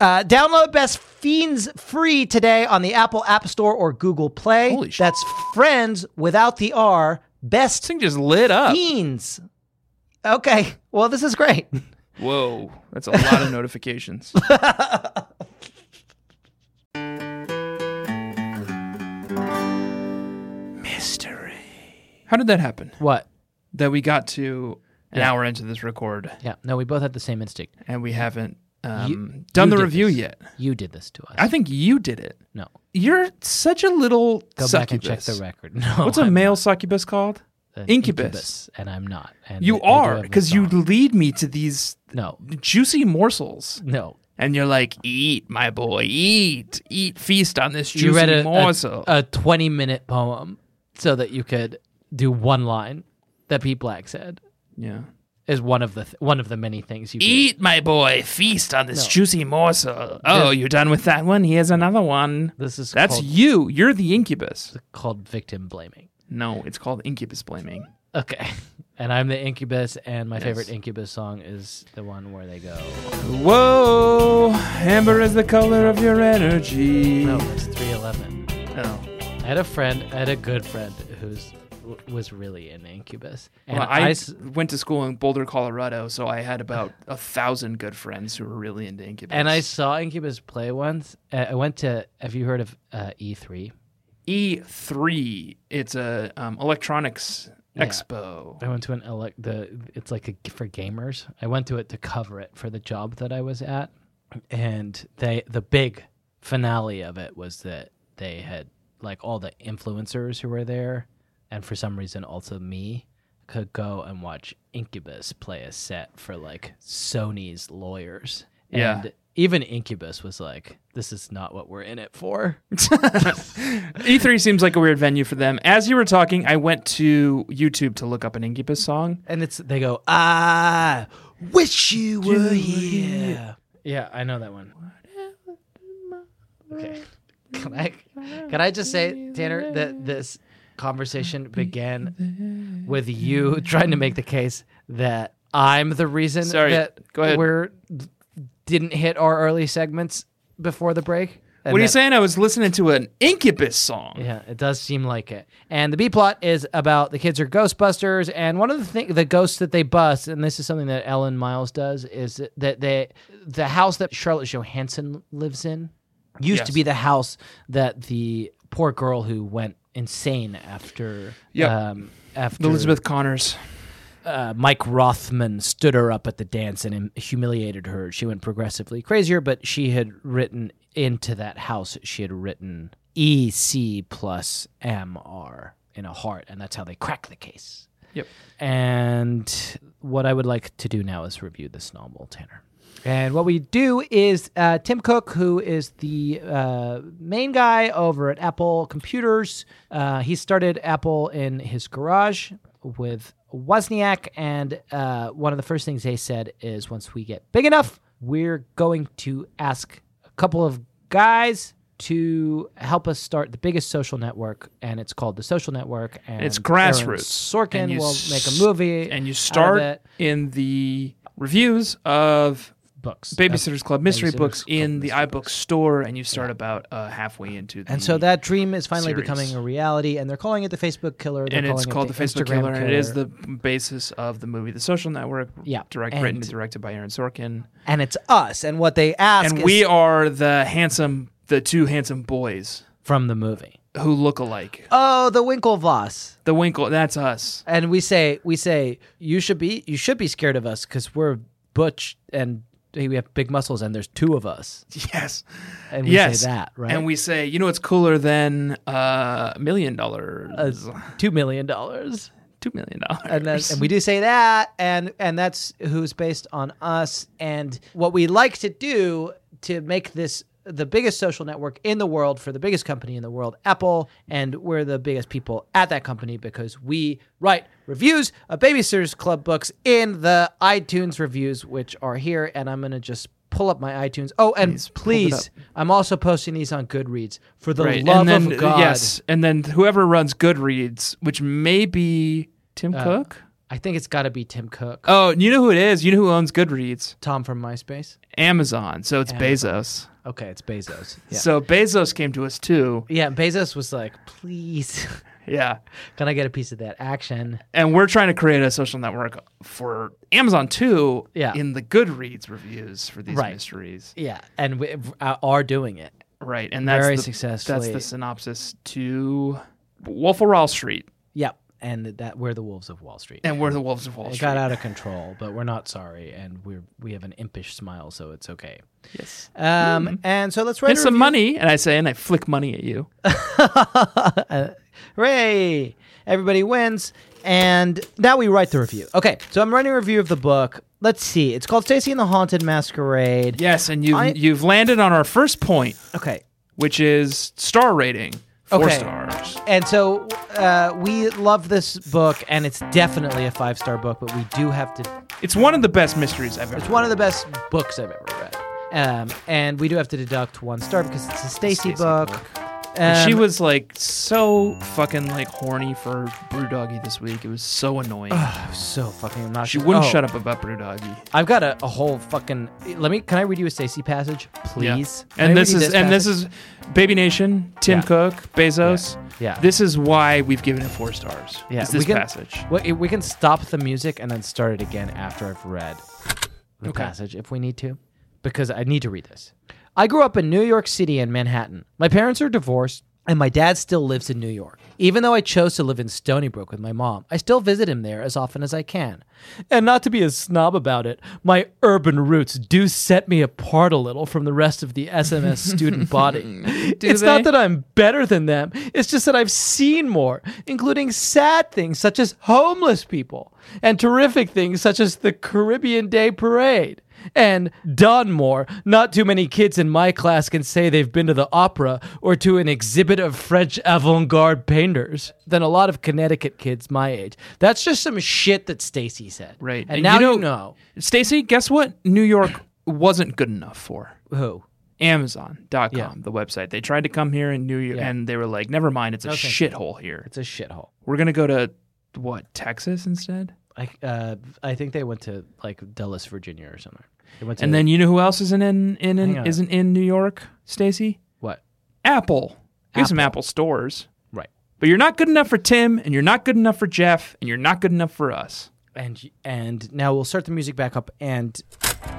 [SPEAKER 2] Uh, download Best Fiends free today on the Apple App Store or Google Play.
[SPEAKER 4] Holy sh-
[SPEAKER 2] That's friends without the R.
[SPEAKER 4] This
[SPEAKER 2] Best
[SPEAKER 4] thing just lit up.
[SPEAKER 2] Fiends. Okay. Well, this is great.
[SPEAKER 4] Whoa, that's a lot of notifications.
[SPEAKER 3] Mystery.
[SPEAKER 4] How did that happen?
[SPEAKER 2] What?
[SPEAKER 4] That we got to an
[SPEAKER 2] Yeah.
[SPEAKER 4] hour into this record
[SPEAKER 2] Yeah. No, we both had the same instinct.
[SPEAKER 4] and we haven't um,
[SPEAKER 2] You-
[SPEAKER 4] done
[SPEAKER 2] you
[SPEAKER 4] the
[SPEAKER 2] did
[SPEAKER 4] review
[SPEAKER 2] this.
[SPEAKER 4] yet.
[SPEAKER 2] You did this to us.
[SPEAKER 4] I think you did it.
[SPEAKER 2] no.
[SPEAKER 4] You're such a little
[SPEAKER 2] Go back and check
[SPEAKER 4] succubus.
[SPEAKER 2] the record. No.
[SPEAKER 4] What's a
[SPEAKER 2] I'm
[SPEAKER 4] male succubus called?
[SPEAKER 2] an
[SPEAKER 4] incubus?
[SPEAKER 2] and I'm not. And
[SPEAKER 4] You
[SPEAKER 2] they- they do
[SPEAKER 4] are,
[SPEAKER 2] have a
[SPEAKER 4] because you
[SPEAKER 2] song.
[SPEAKER 4] lead me to these
[SPEAKER 2] No.
[SPEAKER 4] juicy morsels.
[SPEAKER 2] No.
[SPEAKER 4] And you're like, eat, my boy, eat, eat, feast on this juicy
[SPEAKER 2] you read a,
[SPEAKER 4] morsel.
[SPEAKER 2] a, a 20 minute poem so that you could do one line that Pete Black said
[SPEAKER 4] yeah.
[SPEAKER 2] is one of the th- one of the many things you did.
[SPEAKER 4] Eat, my boy, feast on this
[SPEAKER 2] No.
[SPEAKER 4] juicy morsel. Oh, you're done with that one? Here's another one.
[SPEAKER 2] This is
[SPEAKER 4] That's
[SPEAKER 2] called,
[SPEAKER 4] you. You're the incubus.
[SPEAKER 2] called victim blaming.
[SPEAKER 4] No, it's called incubus blaming.
[SPEAKER 2] Okay. And I'm the incubus, and my favorite
[SPEAKER 4] Yes.
[SPEAKER 2] incubus song is the one where they go.
[SPEAKER 4] Whoa, amber is the color of your energy.
[SPEAKER 2] No, it's 311.
[SPEAKER 4] Oh.
[SPEAKER 2] I had a friend, I had a good friend who's w- was really in incubus, and
[SPEAKER 4] Well,
[SPEAKER 2] I,
[SPEAKER 4] I
[SPEAKER 2] s-
[SPEAKER 4] went to school in Boulder, Colorado, so I had about a thousand good friends who were really into incubus.
[SPEAKER 2] and I saw incubus play once. Uh, I went to. Have you heard of uh, E3?
[SPEAKER 4] E3, E it's a um, electronics
[SPEAKER 2] Yeah.
[SPEAKER 4] expo.
[SPEAKER 2] I went to an elect the it's like a, for gamers. I went to it to cover it for the job that I was at, and they the big finale of it was that they had like all the influencers who were there, and for some reason also me could go and watch Incubus play a set for like Sony's lawyers.
[SPEAKER 4] Yeah.
[SPEAKER 2] And even Incubus was like, "This is not what we're in it for."
[SPEAKER 4] E3 E seems like a weird venue for them. As you were talking, I went to YouTube to look up an incubus song.
[SPEAKER 2] And it's they go, "I wish you were here." Yeah, I know that one. Okay. Can I can I just say Tanner that this conversation began with you trying to make the case that I'm the reason
[SPEAKER 4] Sorry,
[SPEAKER 2] that
[SPEAKER 4] go ahead.
[SPEAKER 2] we're didn't hit our early segments before the break. And
[SPEAKER 4] what are you
[SPEAKER 2] that-
[SPEAKER 4] saying? I was listening to an Incubus song.
[SPEAKER 2] Yeah, it does seem like it. And the B plot is about the kids are Ghostbusters, and one of the thing the ghosts that they bust, and this is something that Ellen Miles does, is that they the house that Charlotte Johansson lives in used to
[SPEAKER 4] Yes.
[SPEAKER 2] be the house that the poor girl who went insane after
[SPEAKER 4] Yep.
[SPEAKER 2] um, after
[SPEAKER 4] Elizabeth Connors.
[SPEAKER 2] uh, Mike Rothman stood her up at the dance and hum- humiliated her. She went progressively crazier, but she had written into that house, she had written EC plus MR in a heart, and that's how they crack the case.
[SPEAKER 4] Yep.
[SPEAKER 2] And what I would like to do now is review this novel, Tanner. And what we do is uh, Tim Cook, who is the uh, main guy over at Apple Computers, uh, he started Apple in his garage with Wozniak. And uh, one of the first things they said is once we get big enough, we're going to ask a couple of guys to help us start the biggest social network. And it's called The Social Network. And
[SPEAKER 4] it's
[SPEAKER 2] Aaron
[SPEAKER 4] grassroots.
[SPEAKER 2] Sorkin
[SPEAKER 4] And you
[SPEAKER 2] will
[SPEAKER 4] s-
[SPEAKER 2] make a movie.
[SPEAKER 4] And you
[SPEAKER 2] out of
[SPEAKER 4] start
[SPEAKER 2] it.
[SPEAKER 4] in the reviews of
[SPEAKER 2] books.
[SPEAKER 4] Babysitter's Club mystery
[SPEAKER 2] Babysitter's
[SPEAKER 4] books
[SPEAKER 2] Club
[SPEAKER 4] in the
[SPEAKER 2] mystery
[SPEAKER 4] iBook store, and you start about uh, halfway into the.
[SPEAKER 2] And so that dream is finally
[SPEAKER 4] series.
[SPEAKER 2] becoming a reality, and they're calling it the Facebook Killer. they're
[SPEAKER 4] and
[SPEAKER 2] calling
[SPEAKER 4] it's
[SPEAKER 2] it
[SPEAKER 4] called the Facebook
[SPEAKER 2] Instagram
[SPEAKER 4] Killer, and it is the basis of the movie The Social Network.
[SPEAKER 2] Yeah,
[SPEAKER 4] direct
[SPEAKER 2] and-
[SPEAKER 4] written and directed by Aaron Sorkin,
[SPEAKER 2] and it's us. And what they ask
[SPEAKER 4] and
[SPEAKER 2] is
[SPEAKER 4] we are the handsome, the two handsome boys
[SPEAKER 2] from the movie.
[SPEAKER 4] who look alike.
[SPEAKER 2] Oh, the Winklevoss.
[SPEAKER 4] The Winkle, that's us.
[SPEAKER 2] And we say, we say, you should be, you should be scared of us because we're butch and hey, we have big muscles, and there's two of us.
[SPEAKER 4] Yes,
[SPEAKER 2] And we
[SPEAKER 4] yes,
[SPEAKER 2] say that, right?
[SPEAKER 4] And we say, you know, what's cooler than uh, a million dollars,
[SPEAKER 2] two million dollars.
[SPEAKER 4] two million dollars,
[SPEAKER 2] and then, and we do say that and and that's who's based on us and what we like to do to make this the biggest social network in the world for the biggest company in the world apple and we're the biggest people at that company because we write reviews of babysitters club books in the itunes reviews which are here and i'm going to just pull up my itunes oh and please, i'm also posting these on goodreads for the
[SPEAKER 4] right.
[SPEAKER 2] love
[SPEAKER 4] and then, uh,
[SPEAKER 2] of god
[SPEAKER 4] Yes, and then whoever runs Goodreads, which may be Tim
[SPEAKER 2] Uh,
[SPEAKER 4] Cook.
[SPEAKER 2] i think it's got to be tim cook
[SPEAKER 4] Oh, you know who it is. You know who owns Goodreads?
[SPEAKER 2] tom from myspace
[SPEAKER 4] Amazon. So it's Bezos.
[SPEAKER 2] Okay, it's Bezos. Yeah.
[SPEAKER 4] So Bezos came to us too.
[SPEAKER 2] yeah, Bezos was like, please,
[SPEAKER 4] Yeah.
[SPEAKER 2] can I get a piece of that action?
[SPEAKER 4] And we're trying to create a social network for Amazon too
[SPEAKER 2] Yeah.
[SPEAKER 4] in the Goodreads reviews for these
[SPEAKER 2] Right.
[SPEAKER 4] mysteries.
[SPEAKER 2] Yeah, and we uh, are doing it.
[SPEAKER 4] Right. And that's
[SPEAKER 2] Very
[SPEAKER 4] the, That's
[SPEAKER 2] successfully.
[SPEAKER 4] the synopsis to Wolf of Wall Street.
[SPEAKER 2] Yep, and that we're the wolves of Wall Street.
[SPEAKER 4] And we're the Wolves of Wall
[SPEAKER 2] it
[SPEAKER 4] Street.
[SPEAKER 2] got out of control, but we're not sorry, and we're we have an impish smile, so it's okay.
[SPEAKER 4] Yes. Mm-hmm.
[SPEAKER 2] Um, and so let's write
[SPEAKER 4] Here's
[SPEAKER 2] a
[SPEAKER 4] some
[SPEAKER 2] review.
[SPEAKER 4] money. And I say, and I flick money at you.
[SPEAKER 2] Uh, Hooray! Everybody wins. And now we write the review. Okay, so I'm writing a review of the book. Let's see. It's called Stacy and the Haunted Masquerade.
[SPEAKER 4] Yes. And you've,
[SPEAKER 2] I-
[SPEAKER 4] you've landed on our first point,
[SPEAKER 2] Okay,
[SPEAKER 4] which is star rating. Four
[SPEAKER 2] Okay.
[SPEAKER 4] stars.
[SPEAKER 2] And so uh, we love this book, and it's definitely a five star book, but we do have to.
[SPEAKER 4] It's one of the best mysteries I've ever
[SPEAKER 2] It's one of the best books I've ever read. Um, and we do have to deduct one star because it's a Stacy
[SPEAKER 4] Stacey
[SPEAKER 2] book.
[SPEAKER 4] book.
[SPEAKER 2] Um,
[SPEAKER 4] she was like so fucking like horny for Brewdoggy this week. It was so annoying.
[SPEAKER 2] so fucking obnoxious.
[SPEAKER 4] she wouldn't
[SPEAKER 2] Oh,
[SPEAKER 4] shut up about Brewdoggy.
[SPEAKER 2] I've got a, a whole fucking. Let me. Can I read you a Stacy passage, please? Can
[SPEAKER 4] And
[SPEAKER 2] I
[SPEAKER 4] this
[SPEAKER 2] read you
[SPEAKER 4] is and this
[SPEAKER 2] passage?
[SPEAKER 4] is Baby Nation, Tim
[SPEAKER 2] Yeah.
[SPEAKER 4] Cook, Bezos.
[SPEAKER 2] Yeah. Yeah.
[SPEAKER 4] This is why we've given it four stars.
[SPEAKER 2] Yeah,
[SPEAKER 4] Is this
[SPEAKER 2] we can-
[SPEAKER 4] passage.
[SPEAKER 2] Well, we can stop the music and then start it again after I've read the passage if we need to, because I need to read this. I grew up in New York City and Manhattan. My parents are divorced, and my dad still lives in New York. Even though I chose to live in Stony Brook with my mom, I still visit him there as often as I can. And not to be a snob about it, my urban roots do set me apart a little from the rest of the SMS student body. it's
[SPEAKER 4] they?
[SPEAKER 2] not that I'm better than them, it's just that I've seen more, including sad things such as homeless people, and terrific things such as the Caribbean Day Parade. And done more. Not too many kids in my class can say they've been to the opera or to an exhibit of French avant garde painters than a lot of Connecticut kids my age. That's just some shit that Stacy said.
[SPEAKER 4] Right.
[SPEAKER 2] And now you know.
[SPEAKER 4] Stacy, guess what New York wasn't good enough for?
[SPEAKER 2] Who?
[SPEAKER 4] Amazon.com,
[SPEAKER 2] Yeah.
[SPEAKER 4] the website. They tried to come here in New York
[SPEAKER 2] Yeah.
[SPEAKER 4] and they were like, never mind, it's a
[SPEAKER 2] No, thank you.
[SPEAKER 4] shithole here.
[SPEAKER 2] It's a shithole.
[SPEAKER 4] We're going to go to what, Texas instead?
[SPEAKER 2] I uh, I think they went to like Dulles, Virginia, or somewhere. They went to
[SPEAKER 4] And then you know who else isn't in, in,
[SPEAKER 2] Hang
[SPEAKER 4] in
[SPEAKER 2] on.
[SPEAKER 4] isn't in New York, Stacy?
[SPEAKER 2] what?
[SPEAKER 4] Apple. Get some Apple stores.
[SPEAKER 2] Right.
[SPEAKER 4] But you're not good enough for Tim, and you're not good enough for Jeff, and you're not good enough for us.
[SPEAKER 2] And and now we'll start the music back up. And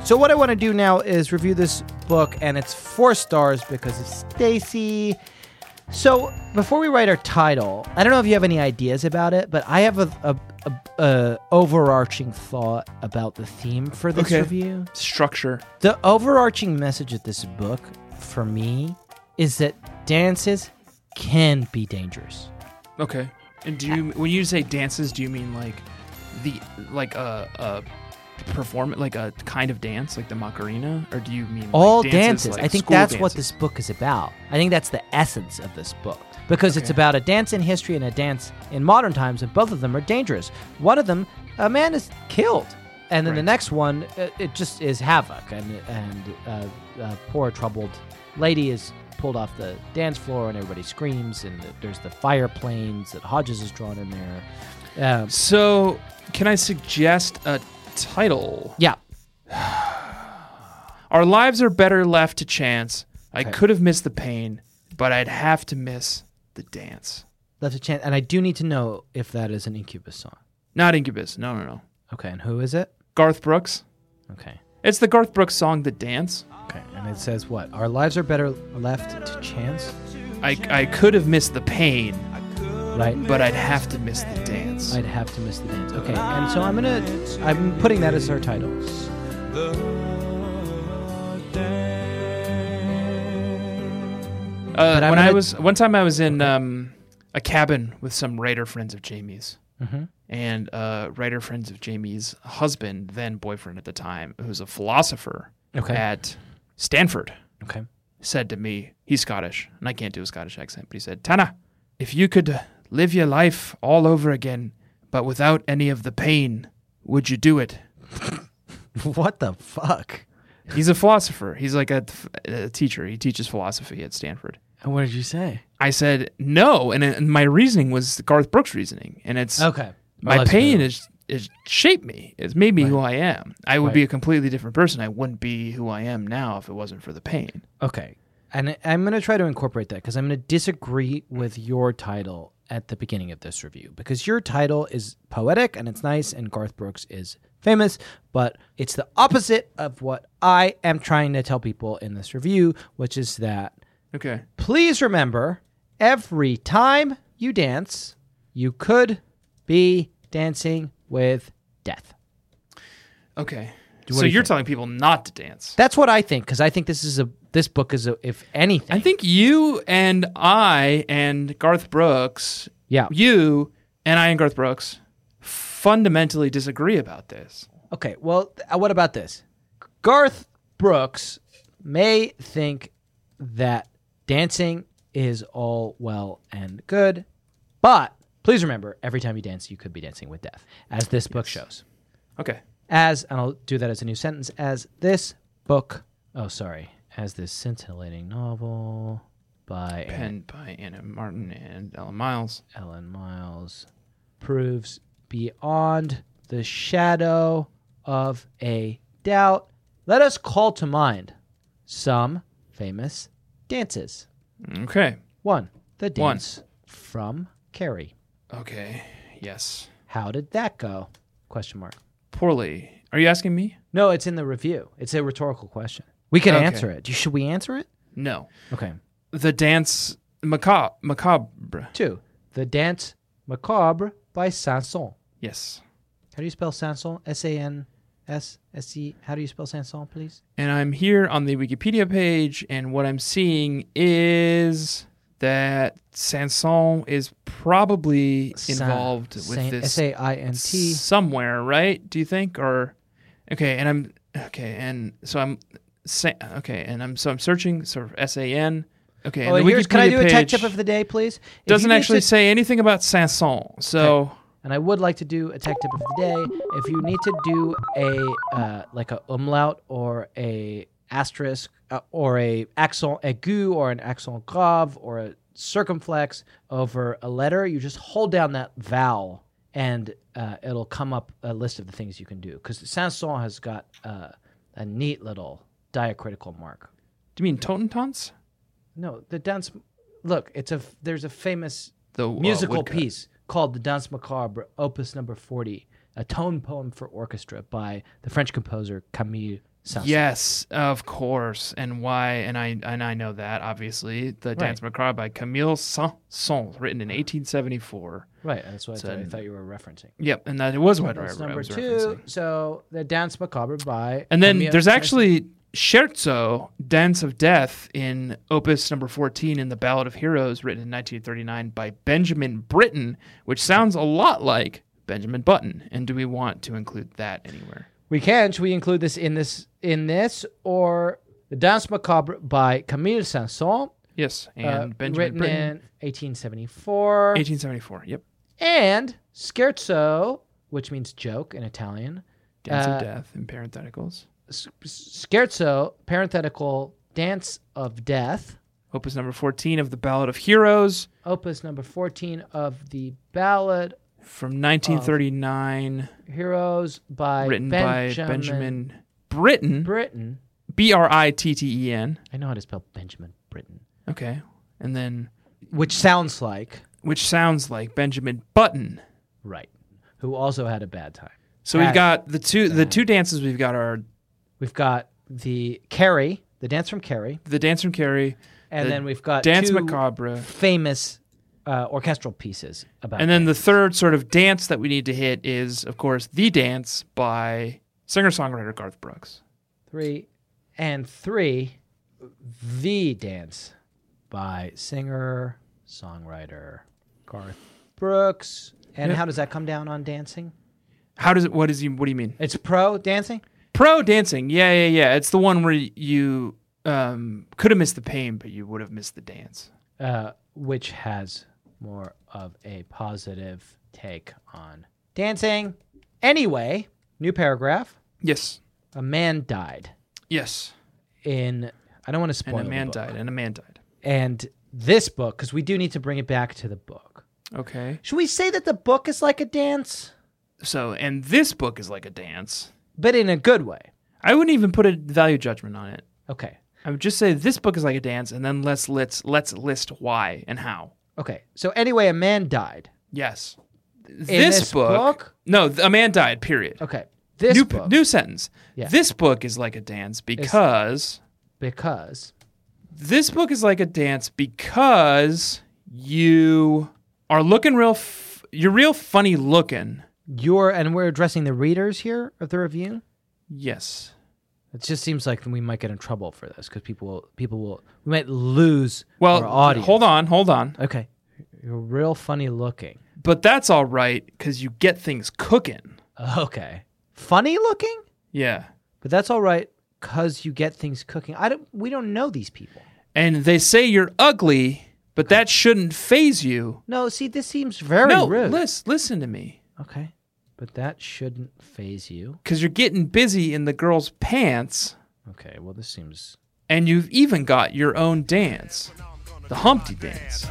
[SPEAKER 2] so what I want to do now is review this book, and it's four stars because of Stacy. So before we write our title, I don't know if you have any ideas about it, but I have a, a, a, a overarching thought about the theme for this
[SPEAKER 4] Okay.
[SPEAKER 2] review.
[SPEAKER 4] Structure.
[SPEAKER 2] The overarching message of this book for me is that dances can be dangerous.
[SPEAKER 4] Okay. And do you when you say dances, do you mean like the like a a perform like a kind of dance like the Macarena, or do you mean like,
[SPEAKER 2] All
[SPEAKER 4] dances?
[SPEAKER 2] dances.
[SPEAKER 4] like
[SPEAKER 2] I think
[SPEAKER 4] school
[SPEAKER 2] that's what
[SPEAKER 4] dances?
[SPEAKER 2] this book is about. I think that's the essence of this book because it's about a dance in history and a dance in modern times, and both of them are dangerous. One of them, a man is killed, and then the
[SPEAKER 4] Right.
[SPEAKER 2] next one, uh, it just is havoc, and and uh, a poor troubled lady is pulled off the dance floor, and everybody screams, and there's the fire planes that Hodges has drawn in there. Um,
[SPEAKER 4] So, can I suggest a title?
[SPEAKER 2] yeah,
[SPEAKER 4] Our lives are better left to chance. I
[SPEAKER 2] Okay.
[SPEAKER 4] could have missed the pain, but I'd have to miss the dance.
[SPEAKER 2] that's a chance, and I do need to know if that is an Incubus song.
[SPEAKER 4] Not Incubus. No, no, no.
[SPEAKER 2] Okay, and who is it?
[SPEAKER 4] Garth Brooks.
[SPEAKER 2] Okay.
[SPEAKER 4] It's the Garth Brooks song, The Dance.
[SPEAKER 2] Okay, and it says what? Our lives are better left to chance,
[SPEAKER 4] I, I could have missed the pain,
[SPEAKER 2] right?
[SPEAKER 4] but I'd have to miss the dance. Uh,
[SPEAKER 2] I'd have to miss the dance. Okay, and so I'm gonna, I'm putting that as our title.
[SPEAKER 4] Uh,
[SPEAKER 2] But I'm
[SPEAKER 4] when I
[SPEAKER 2] gonna-
[SPEAKER 4] was one time, I was in um, a cabin with some writer friends of Jamie's,
[SPEAKER 2] Mm-hmm.
[SPEAKER 4] and uh, writer friends of Jamie's husband, then boyfriend at the time, who's a philosopher
[SPEAKER 2] Okay.
[SPEAKER 4] at Stanford,
[SPEAKER 2] Okay.
[SPEAKER 4] said to me, he's Scottish, and I can't do a Scottish accent, but he said, Tana, if you could live your life all over again, but without any of the pain, would you do it?
[SPEAKER 2] What the fuck?
[SPEAKER 4] He's a philosopher. He's like a, a teacher. He teaches philosophy at Stanford.
[SPEAKER 2] And what did you say?
[SPEAKER 4] I said no, and, and my reasoning was Garth Brooks' reasoning, and it's
[SPEAKER 2] Okay.
[SPEAKER 4] my
[SPEAKER 2] Let's
[SPEAKER 4] pain
[SPEAKER 2] move.
[SPEAKER 4] is is shaped me. It's made me who I am. I would be
[SPEAKER 2] Right.
[SPEAKER 4] a completely different person. I wouldn't be who I am now if it wasn't for the pain.
[SPEAKER 2] Okay, and I- I'm gonna try to incorporate that because I'm gonna disagree with your title at the beginning of this review because your title is poetic and it's nice and Garth Brooks is famous, but it's the opposite of what I am trying to tell people in this review, which is that
[SPEAKER 4] Okay.
[SPEAKER 2] please remember every time you dance, you could be dancing with death.
[SPEAKER 4] Okay.
[SPEAKER 2] what
[SPEAKER 4] So
[SPEAKER 2] do you
[SPEAKER 4] you're
[SPEAKER 2] think?
[SPEAKER 4] telling people not to dance.
[SPEAKER 2] That's what I think because I think this is a this book is a, if anything.
[SPEAKER 4] I think you and I and Garth Brooks,
[SPEAKER 2] yeah.
[SPEAKER 4] you and I and Garth Brooks, fundamentally disagree about this.
[SPEAKER 2] Okay. Well, th- uh, what about this? Garth Brooks may think that dancing is all well and good, but please remember every time you dance, you could be dancing with death, as this book shows.
[SPEAKER 4] Okay.
[SPEAKER 2] as and I'll do that as a new sentence as this book oh sorry as this scintillating novel by
[SPEAKER 4] Penned by Anna Martin and Ellen Miles.
[SPEAKER 2] Ellen Miles proves beyond the shadow of a doubt let us call to mind some famous dances
[SPEAKER 4] Okay.
[SPEAKER 2] one the
[SPEAKER 4] One.
[SPEAKER 2] dance from Carrie
[SPEAKER 4] Okay. Yes.
[SPEAKER 2] how did that go question mark
[SPEAKER 4] Poorly. Are you asking me?
[SPEAKER 2] no it's in the review it's a rhetorical question we can
[SPEAKER 4] Okay.
[SPEAKER 2] answer it should we answer it
[SPEAKER 4] No.
[SPEAKER 2] okay
[SPEAKER 4] The dance macabre. Macabre.
[SPEAKER 2] Two, The Dance Macabre by Sanson.
[SPEAKER 4] Yes.
[SPEAKER 2] How do you spell Sanson? S A N S S E. How do you spell Sanson, please?
[SPEAKER 4] And I'm here on the Wikipedia page, and what I'm seeing is that Sanson is probably involved with
[SPEAKER 2] S
[SPEAKER 4] this
[SPEAKER 2] A I N T.
[SPEAKER 4] somewhere, right? Do you think? Or okay, and I'm okay, and so I'm sa- okay, and I'm so I'm searching sort of S A N. Okay,
[SPEAKER 2] Oh,
[SPEAKER 4] and the
[SPEAKER 2] here's, can I
[SPEAKER 4] Wikipedia
[SPEAKER 2] do a tech
[SPEAKER 4] page
[SPEAKER 2] tip of the day, please? If you
[SPEAKER 4] Doesn't
[SPEAKER 2] need
[SPEAKER 4] actually
[SPEAKER 2] to-
[SPEAKER 4] say anything about Sanson, so.
[SPEAKER 2] and I would like to do a tech tip of the day. If you need to do a uh, like a umlaut or a asterisk uh, or a accent aigu or an accent grave or a circumflex over a letter, you just hold down that vowel and uh, it'll come up a list of the things you can do. Because Sanson has got uh, a neat little diacritical mark.
[SPEAKER 4] Do you mean Totentanz?
[SPEAKER 2] No, the dance. Look, it's a f- there's a famous
[SPEAKER 4] The uh,
[SPEAKER 2] musical
[SPEAKER 4] woodcut.
[SPEAKER 2] piece called the Danse Macabre, opus number forty, a tone poem for orchestra by the French composer Camille Saint-Saëns.
[SPEAKER 4] Yes, of course. And why? And I and I know that obviously. The Dance Macabre by Camille Saint-Saëns, written in 1874.
[SPEAKER 2] right. That's what I thought, I
[SPEAKER 4] So-
[SPEAKER 2] thought you were referencing.
[SPEAKER 4] Yep, and that it was what I,
[SPEAKER 2] That's
[SPEAKER 4] I
[SPEAKER 2] number
[SPEAKER 4] was
[SPEAKER 2] two.
[SPEAKER 4] referencing.
[SPEAKER 2] So the Dance Macabre by
[SPEAKER 4] And then
[SPEAKER 2] Camille
[SPEAKER 4] there's
[SPEAKER 2] Saint-Saëns.
[SPEAKER 4] actually Scherzo, Dance of Death, in opus number 14 in the Ballad of Heroes, written in 1939 by Benjamin Britten, which sounds a lot like Benjamin Button. And do we want to include that anywhere?
[SPEAKER 2] we can should we include this in this in this or the Dance Macabre by Camille Saint-Saëns,
[SPEAKER 4] Yes, and
[SPEAKER 2] uh,
[SPEAKER 4] Benjamin
[SPEAKER 2] written
[SPEAKER 4] Britten.
[SPEAKER 2] in 1874.
[SPEAKER 4] 1874. Yep.
[SPEAKER 2] and scherzo, which means joke in Italian.
[SPEAKER 4] Dance
[SPEAKER 2] Uh,
[SPEAKER 4] of Death in parentheticals.
[SPEAKER 2] S- s- Scherzo, parenthetical, dance of death,
[SPEAKER 4] Opus number 14 of the Ballad of Heroes
[SPEAKER 2] opus number 14 of the ballad
[SPEAKER 4] from 1939,
[SPEAKER 2] Heroes um, by
[SPEAKER 4] written
[SPEAKER 2] Benjamin,
[SPEAKER 4] by Benjamin Britten,
[SPEAKER 2] Britten.
[SPEAKER 4] B R I T T E N.
[SPEAKER 2] I know how to spell Benjamin Britten,
[SPEAKER 4] Okay. And then,
[SPEAKER 2] which sounds like
[SPEAKER 4] which sounds like Benjamin Button.
[SPEAKER 2] right, who also had a bad time.
[SPEAKER 4] So we've
[SPEAKER 2] Right.
[SPEAKER 4] got the two the two dances we've got are
[SPEAKER 2] We've got the Carrie, the dance from Carrie,
[SPEAKER 4] the dance from Carrie,
[SPEAKER 2] and
[SPEAKER 4] The
[SPEAKER 2] then we've got
[SPEAKER 4] dance
[SPEAKER 2] Uh, two
[SPEAKER 4] macabre,
[SPEAKER 2] famous uh, orchestral pieces about
[SPEAKER 4] and then the third sort of dance that we need to hit is, of course, the dance by singer songwriter Garth Brooks.
[SPEAKER 2] three and three the dance by singer songwriter garth brooks and
[SPEAKER 4] Yep.
[SPEAKER 2] how does that come down on dancing
[SPEAKER 4] How does it? What is he? What do you mean?
[SPEAKER 2] it's pro dancing
[SPEAKER 4] Pro dancing. Yeah, yeah, yeah. It's the one where you um, could have missed the pain, but you would have missed the dance.
[SPEAKER 2] uh, which has more of a positive take on dancing anyway new paragraph
[SPEAKER 4] Yes.
[SPEAKER 2] a man died
[SPEAKER 4] Yes.
[SPEAKER 2] in i don't want to
[SPEAKER 4] And
[SPEAKER 2] spoil
[SPEAKER 4] a
[SPEAKER 2] the
[SPEAKER 4] man
[SPEAKER 2] book.
[SPEAKER 4] died. And a man died.
[SPEAKER 2] and this book because we do need to bring it back to the book
[SPEAKER 4] Okay.
[SPEAKER 2] should we say that the book is like a dance
[SPEAKER 4] So, and this book is like a dance.
[SPEAKER 2] but in a good way.
[SPEAKER 4] I wouldn't even put a value judgment on it.
[SPEAKER 2] Okay.
[SPEAKER 4] I would just say this book is like a dance, and then let's let's let's list why and how.
[SPEAKER 2] Okay. So anyway, a man died.
[SPEAKER 4] Yes. This,
[SPEAKER 2] this
[SPEAKER 4] book,
[SPEAKER 2] book?
[SPEAKER 4] No, th- a man died. Period.
[SPEAKER 2] Okay. This
[SPEAKER 4] new
[SPEAKER 2] book
[SPEAKER 4] new sentence.
[SPEAKER 2] Yeah.
[SPEAKER 4] This book is like a dance because
[SPEAKER 2] because
[SPEAKER 4] this book is like a dance because you are looking real. F- you're real funny looking.
[SPEAKER 2] you're and we're addressing the readers here of the review.
[SPEAKER 4] Yes.
[SPEAKER 2] It just seems like we might get in trouble for this because people will people will we might lose
[SPEAKER 4] Well,
[SPEAKER 2] our audience.
[SPEAKER 4] hold on, hold on.
[SPEAKER 2] Okay. You're real funny looking.
[SPEAKER 4] But that's all right because you get things cooking.
[SPEAKER 2] Okay. Funny looking?
[SPEAKER 4] Yeah.
[SPEAKER 2] But that's all right cuz you get things cooking. I don't we don't know these people.
[SPEAKER 4] And they say you're ugly, but that shouldn't phase you.
[SPEAKER 2] No, see this seems very
[SPEAKER 4] no,
[SPEAKER 2] rude.
[SPEAKER 4] lis- listen to me.
[SPEAKER 2] Okay. But that shouldn't phase you.
[SPEAKER 4] Because you're getting busy in the girl's pants,
[SPEAKER 2] Okay, well this seems
[SPEAKER 4] and you've even got your own dance the Humpty Dance.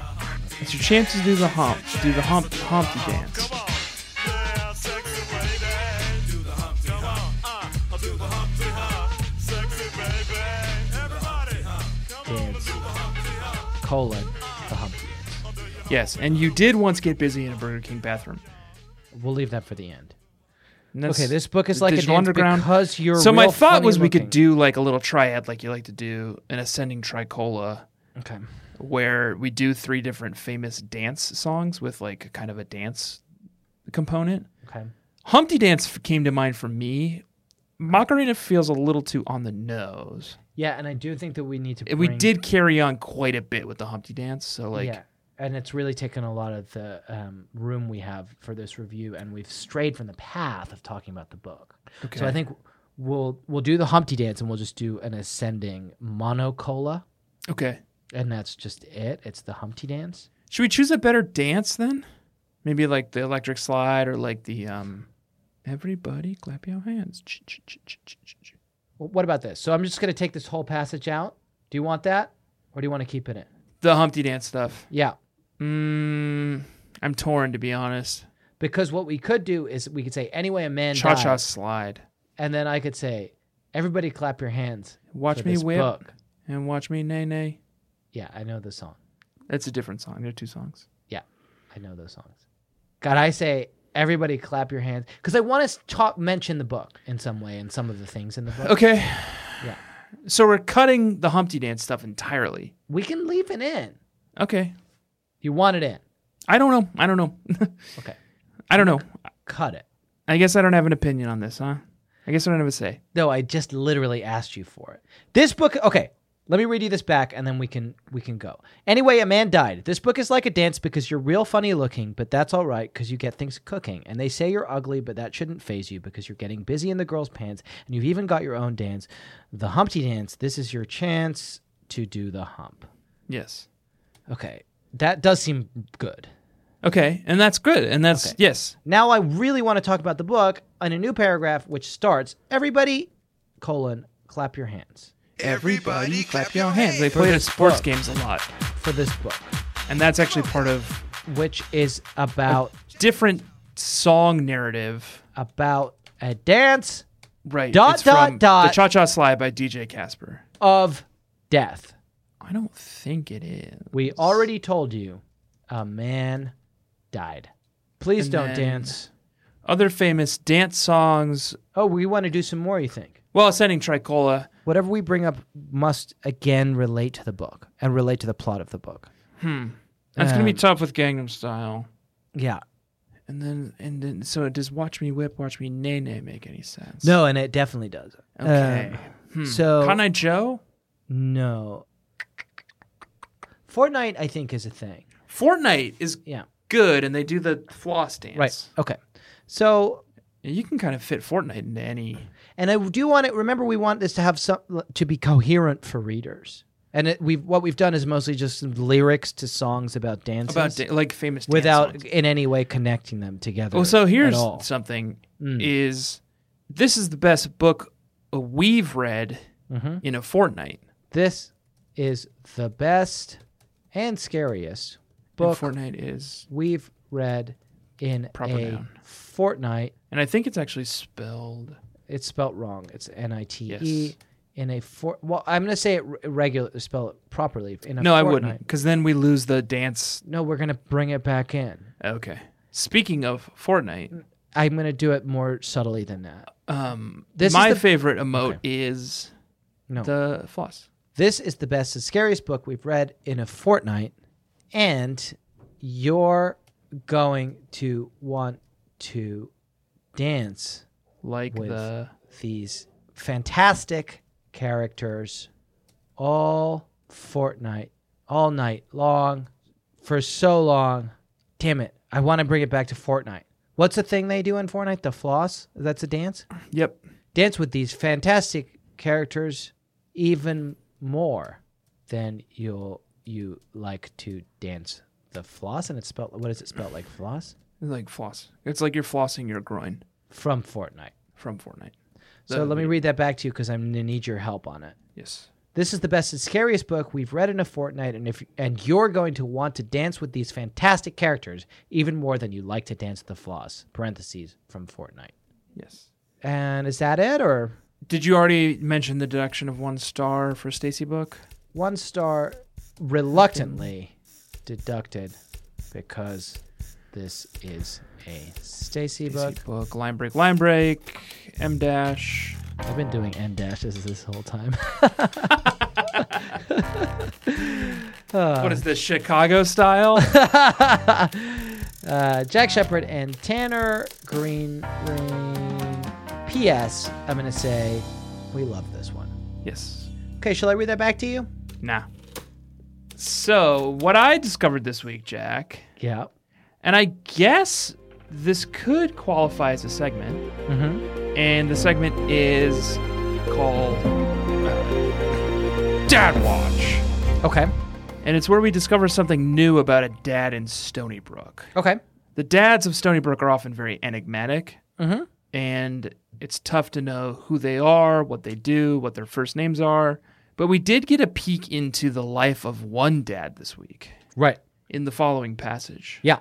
[SPEAKER 4] It's your chance to do the hump, to do the hump, Humpty Dance.
[SPEAKER 2] dance colon the Humpty Dance.
[SPEAKER 4] Yes, and you did once get busy in a Burger King bathroom.
[SPEAKER 2] We'll leave that for the end.
[SPEAKER 4] And that's
[SPEAKER 2] Okay, this book is
[SPEAKER 4] the
[SPEAKER 2] like a
[SPEAKER 4] Digital
[SPEAKER 2] dance
[SPEAKER 4] underground.
[SPEAKER 2] because you're
[SPEAKER 4] So my
[SPEAKER 2] real
[SPEAKER 4] thought
[SPEAKER 2] funny
[SPEAKER 4] was we could
[SPEAKER 2] looking.
[SPEAKER 4] do like a little triad, like you like to do, an ascending tricola.
[SPEAKER 2] Okay.
[SPEAKER 4] where we do three different famous dance songs with like kind of a dance component.
[SPEAKER 2] Okay.
[SPEAKER 4] Humpty Dance f- came to mind for me. Macarena feels a little too on the nose.
[SPEAKER 2] Yeah, and I do think that we need to.
[SPEAKER 4] And We
[SPEAKER 2] bring-
[SPEAKER 4] did carry on quite a bit with the Humpty Dance, so like
[SPEAKER 2] yeah, and it's really taken a lot of the um, room we have for this review, and we've strayed from the path of talking about the book. So
[SPEAKER 4] Okay.
[SPEAKER 2] I think we'll we'll do the Humpty Dance, and we'll just do an ascending monocola,
[SPEAKER 4] okay.
[SPEAKER 2] and that's just it. It's the Humpty Dance.
[SPEAKER 4] Should we choose a better dance then? Maybe like the electric slide or like the um everybody clap your hands. Ch- ch- ch- ch- ch- ch- ch-
[SPEAKER 2] Well, what about this? So I'm just going to take this whole passage out. Do you want that, or do you want to keep it in?
[SPEAKER 4] The Humpty Dance stuff.
[SPEAKER 2] Yeah,
[SPEAKER 4] Mm, I'm torn to be honest.
[SPEAKER 2] because what we could do is we could say anyway a man
[SPEAKER 4] Cha cha
[SPEAKER 2] died,"
[SPEAKER 4] slide.
[SPEAKER 2] and then I could say everybody clap your hands.
[SPEAKER 4] Watch
[SPEAKER 2] for
[SPEAKER 4] me
[SPEAKER 2] this
[SPEAKER 4] whip
[SPEAKER 2] book."
[SPEAKER 4] and watch me nay nay.
[SPEAKER 2] Yeah, I know the song.
[SPEAKER 4] That's a different song. They're two songs.
[SPEAKER 2] Yeah, I know those songs. God, I say everybody clap your hands because I want to talk mention the book in some way and some of the things in the book.
[SPEAKER 4] Okay.
[SPEAKER 2] Yeah.
[SPEAKER 4] So we're cutting the Humpty Dance stuff entirely.
[SPEAKER 2] We can leave it in.
[SPEAKER 4] Okay.
[SPEAKER 2] You want it in?
[SPEAKER 4] I don't know. I don't know.
[SPEAKER 2] Okay,
[SPEAKER 4] I don't know.
[SPEAKER 2] cut it.
[SPEAKER 4] I guess I don't have an opinion on this, huh? I guess I don't have a say.
[SPEAKER 2] No, I just literally asked you for it. This book, okay, let me read you this back and then we can we can go. Anyway, a man died. This book is like a dance because you're real funny looking, but that's all right because you get things cooking. And they say you're ugly, but that shouldn't phase you because you're getting busy in the girls' pants and you've even got your own dance, the Humpty Dance. This is your chance to do the hump.
[SPEAKER 4] Yes.
[SPEAKER 2] Okay, that does seem good.
[SPEAKER 4] Okay. And that's good. And that's
[SPEAKER 2] Okay.
[SPEAKER 4] yes.
[SPEAKER 2] Now I really want to talk about the book in a new paragraph which starts everybody colon clap your hands
[SPEAKER 4] Everybody clap your hands. They play it at sports games a lot.
[SPEAKER 2] for this book.
[SPEAKER 4] And that's actually part of
[SPEAKER 2] which is about
[SPEAKER 4] different song narrative.
[SPEAKER 2] about a dance
[SPEAKER 4] Right.
[SPEAKER 2] Dot,
[SPEAKER 4] it's
[SPEAKER 2] dot,
[SPEAKER 4] from
[SPEAKER 2] dot.
[SPEAKER 4] The Cha Cha Slide by DJ Casper.
[SPEAKER 2] of death.
[SPEAKER 4] I don't think it is.
[SPEAKER 2] We already told you a man died. Please
[SPEAKER 4] And
[SPEAKER 2] don't
[SPEAKER 4] then-
[SPEAKER 2] dance.
[SPEAKER 4] Other famous dance songs.
[SPEAKER 2] Oh, we want to do some more, you think?
[SPEAKER 4] Well, Ascending Tricola.
[SPEAKER 2] Whatever we bring up must again relate to the book and relate to the plot of the book.
[SPEAKER 4] That's gonna be
[SPEAKER 2] Um,
[SPEAKER 4] tough with Gangnam Style.
[SPEAKER 2] Yeah.
[SPEAKER 4] And then and then so does Watch Me Whip, Watch Me Nay Nay make any sense?
[SPEAKER 2] No, and it definitely does.
[SPEAKER 4] Okay.
[SPEAKER 2] Um,
[SPEAKER 4] Hmm.
[SPEAKER 2] so-
[SPEAKER 4] Can I Joe?
[SPEAKER 2] no. Fortnite, I think, is a thing.
[SPEAKER 4] Fortnite is
[SPEAKER 2] Yeah.
[SPEAKER 4] good, and they do the floss dance.
[SPEAKER 2] Right. Okay. So
[SPEAKER 4] You can kind of fit Fortnite into any.
[SPEAKER 2] And I do want to remember we want this to have some to be coherent for readers. And it, we've what we've done is mostly just some lyrics to songs about dances
[SPEAKER 4] About da- like famous dance
[SPEAKER 2] without
[SPEAKER 4] songs.
[SPEAKER 2] in any way connecting them together.
[SPEAKER 4] Oh, so here's
[SPEAKER 2] at all.
[SPEAKER 4] something:
[SPEAKER 2] Mm.
[SPEAKER 4] is this is the best book we've read
[SPEAKER 2] Mhm.
[SPEAKER 4] in a fortnight.
[SPEAKER 2] this is the best and scariest
[SPEAKER 4] But
[SPEAKER 2] book
[SPEAKER 4] Fortnite is,
[SPEAKER 2] we've read in
[SPEAKER 4] Proper
[SPEAKER 2] a
[SPEAKER 4] noun.
[SPEAKER 2] fortnight.
[SPEAKER 4] and I think it's actually spelled.
[SPEAKER 2] It's spelt wrong. It's N I T E
[SPEAKER 4] Yes.
[SPEAKER 2] in a fort. Well, I'm going to say it re- regular spell it properly in a
[SPEAKER 4] No, I
[SPEAKER 2] fortnight.
[SPEAKER 4] wouldn't, because then we lose the dance.
[SPEAKER 2] No, we're going to bring it back in.
[SPEAKER 4] Okay. Speaking of Fortnite,
[SPEAKER 2] I'm gonna do it more subtly than that.
[SPEAKER 4] um,
[SPEAKER 2] This is
[SPEAKER 4] my
[SPEAKER 2] the-
[SPEAKER 4] favorite emote is
[SPEAKER 2] No,
[SPEAKER 4] the floss.
[SPEAKER 2] this is the best and scariest book we've read in a fortnight, and you're going to want to dance
[SPEAKER 4] Like
[SPEAKER 2] With-
[SPEAKER 4] the
[SPEAKER 2] these fantastic characters all fortnight, all night long, for so long. Damn it! I want to bring it back to Fortnite. What's the thing they do in Fortnite? The floss? That's a dance.
[SPEAKER 4] yep.
[SPEAKER 2] dance with these fantastic characters even more than you'll you like to dance the floss and it's spelled what is it spelled like floss
[SPEAKER 4] It's like floss. It's like you're flossing your groin
[SPEAKER 2] from Fortnite.
[SPEAKER 4] from Fortnite.
[SPEAKER 2] So
[SPEAKER 4] That
[SPEAKER 2] let me
[SPEAKER 4] would-
[SPEAKER 2] read that back to you because I'm gonna need your help on it.
[SPEAKER 4] Yes.
[SPEAKER 2] This is the best and scariest book we've read in a fortnight, and if and you're going to want to dance with these fantastic characters even more than you like to dance the floss. Parentheses from Fortnite.
[SPEAKER 4] Yes.
[SPEAKER 2] And is that it, or
[SPEAKER 4] Did you already mention the deduction of one star for Stacy book?
[SPEAKER 2] one star reluctantly deducted because this is a Stacy book.
[SPEAKER 4] Stacy book, line break, line break, M dash.
[SPEAKER 2] I've been doing n dashes this whole time.
[SPEAKER 4] what is this Chicago style?
[SPEAKER 2] uh, Jack Shepard and Tanner Green Ring. P.S. I'm gonna say we love this one.
[SPEAKER 4] yes.
[SPEAKER 2] Okay, shall I read that back to you?
[SPEAKER 4] Nah. So what I discovered this week, Jack,
[SPEAKER 2] Yeah.
[SPEAKER 4] and I guess this could qualify as a segment,
[SPEAKER 2] Mm-hmm.
[SPEAKER 4] and the segment is called uh, Dad Watch.
[SPEAKER 2] Okay.
[SPEAKER 4] And it's where we discover something new about a dad in Stony Brook.
[SPEAKER 2] Okay.
[SPEAKER 4] The dads of Stony Brook are often very enigmatic
[SPEAKER 2] Mm-hmm.
[SPEAKER 4] and it's tough to know who they are, what they do, what their first names are. But we did get a peek into the life of one dad this week
[SPEAKER 2] Right.
[SPEAKER 4] in the following passage.
[SPEAKER 2] Yeah.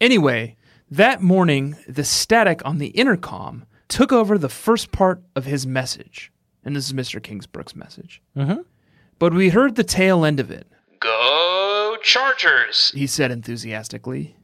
[SPEAKER 4] Anyway, that morning, the static on the intercom took over the first part of his message. And this is Mr. Kingsbrook's message.
[SPEAKER 2] Mhm.
[SPEAKER 4] But we heard the tail end of it,
[SPEAKER 8] Go Chargers!
[SPEAKER 4] he said enthusiastically.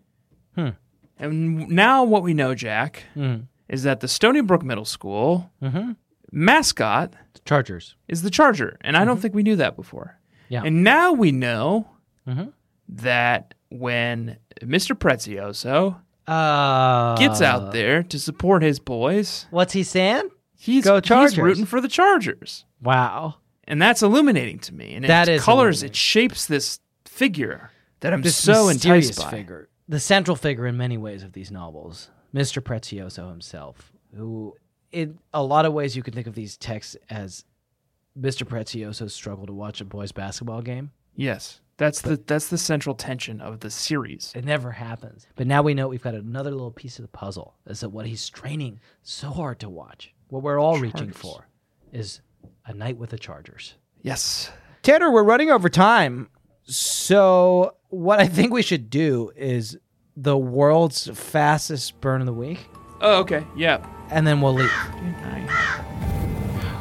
[SPEAKER 2] Hmm.
[SPEAKER 4] And now what we know, Jack,
[SPEAKER 2] Mhm.
[SPEAKER 4] is that the Stony Brook Middle School
[SPEAKER 2] Mhm.
[SPEAKER 4] mascot
[SPEAKER 2] Chargers.
[SPEAKER 4] is the Charger. And I don't think we knew that before.
[SPEAKER 2] Mm-hmm. Yeah.
[SPEAKER 4] And now we know
[SPEAKER 2] Mhm.
[SPEAKER 4] that when Mr. Prezioso
[SPEAKER 2] Uh,
[SPEAKER 4] gets out there to support his boys,
[SPEAKER 2] What's he saying?
[SPEAKER 4] he's,
[SPEAKER 2] Go
[SPEAKER 4] he's
[SPEAKER 2] Chargers.
[SPEAKER 4] rooting for the Chargers.
[SPEAKER 2] Wow.
[SPEAKER 4] And that's illuminating to me. And
[SPEAKER 2] That
[SPEAKER 4] it
[SPEAKER 2] is
[SPEAKER 4] colors,
[SPEAKER 2] illuminating.
[SPEAKER 4] it shapes this figure that I'm
[SPEAKER 2] This
[SPEAKER 4] so
[SPEAKER 2] mysterious
[SPEAKER 4] enticed by.
[SPEAKER 2] figure, the central figure in many ways of these novels, Mr. Prezioso himself, who in a lot of ways you can think of these texts as Mr. Prezioso's struggle to watch a boys' basketball game.
[SPEAKER 4] Yes. That's the that's the central tension of the series.
[SPEAKER 2] It never happens. But now we know we've got another little piece of the puzzle as to what he's straining so hard to watch. What we're all reaching
[SPEAKER 4] Chargers.
[SPEAKER 2] for is a night with the Chargers.
[SPEAKER 4] Yes.
[SPEAKER 2] Tanner, we're running over time. So, what I think we should do is the world's fastest burn of the week,
[SPEAKER 4] Oh, okay. Yeah.
[SPEAKER 2] and then we'll leave.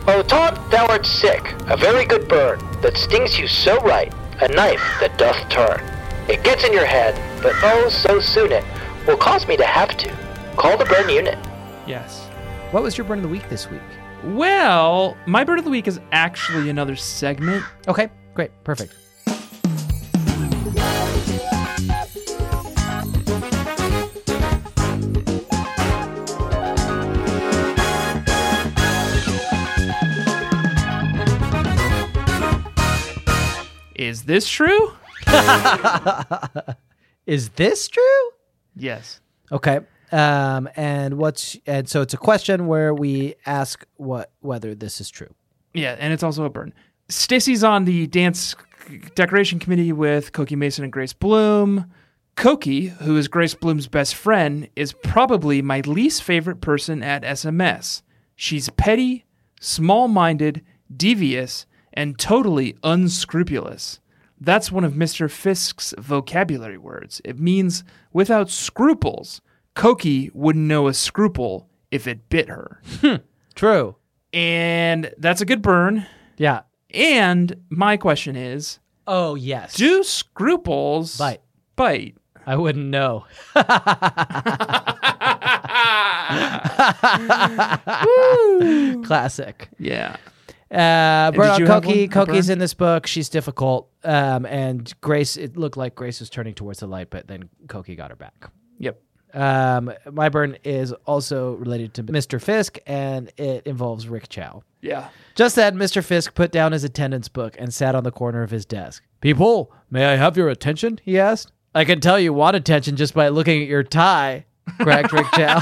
[SPEAKER 7] Oh, Todd, thou art sick. A very good burn that stings you so right, a knife that doth turn. It gets in your head, but oh, so soon it will cause me to have to. Call the burn unit.
[SPEAKER 4] Yes.
[SPEAKER 2] What was your burn of the week this week?
[SPEAKER 4] Well, my bird of the week is actually another segment.
[SPEAKER 2] Okay, great, perfect.
[SPEAKER 4] Is this true?
[SPEAKER 2] Is this true?
[SPEAKER 4] Yes.
[SPEAKER 2] Okay. Um, and what's and so it's a question where we ask what whether this is true.
[SPEAKER 4] Yeah, and it's also a burn. Stacy's on the dance decoration committee with Cokie Mason and Grace Bloom. Cokie, who is Grace Bloom's best friend, is probably my least favorite person at SMS. She's petty, small minded, devious, and totally unscrupulous. That's one of Mr. Fisk's vocabulary words. It means without scruples. Cokie wouldn't know a scruple if it bit her.
[SPEAKER 2] True.
[SPEAKER 4] And that's a good burn.
[SPEAKER 2] Yeah.
[SPEAKER 4] And my question is,
[SPEAKER 2] Oh yes.
[SPEAKER 4] do scruples
[SPEAKER 2] Bite.
[SPEAKER 4] Bite.
[SPEAKER 2] I wouldn't know. Classic.
[SPEAKER 4] Yeah.
[SPEAKER 2] Uh,
[SPEAKER 4] did
[SPEAKER 2] Burn on
[SPEAKER 4] you have
[SPEAKER 2] Cokie.
[SPEAKER 4] one, a
[SPEAKER 2] Cokie's
[SPEAKER 4] burn?
[SPEAKER 2] in this book. She's difficult. Um, and Grace. It looked like Grace was turning towards the light, but then Cokie got her back.
[SPEAKER 4] Yep.
[SPEAKER 2] Um, my burn is also related to Mr. Fisk, and it involves Rick Chow.
[SPEAKER 4] Yeah.
[SPEAKER 2] Just then, Mr. Fisk put down his attendance book and sat on the corner of his desk. People, may I have your attention? He asked. I can tell you want attention just by looking at your tie, cracked Rick Chow.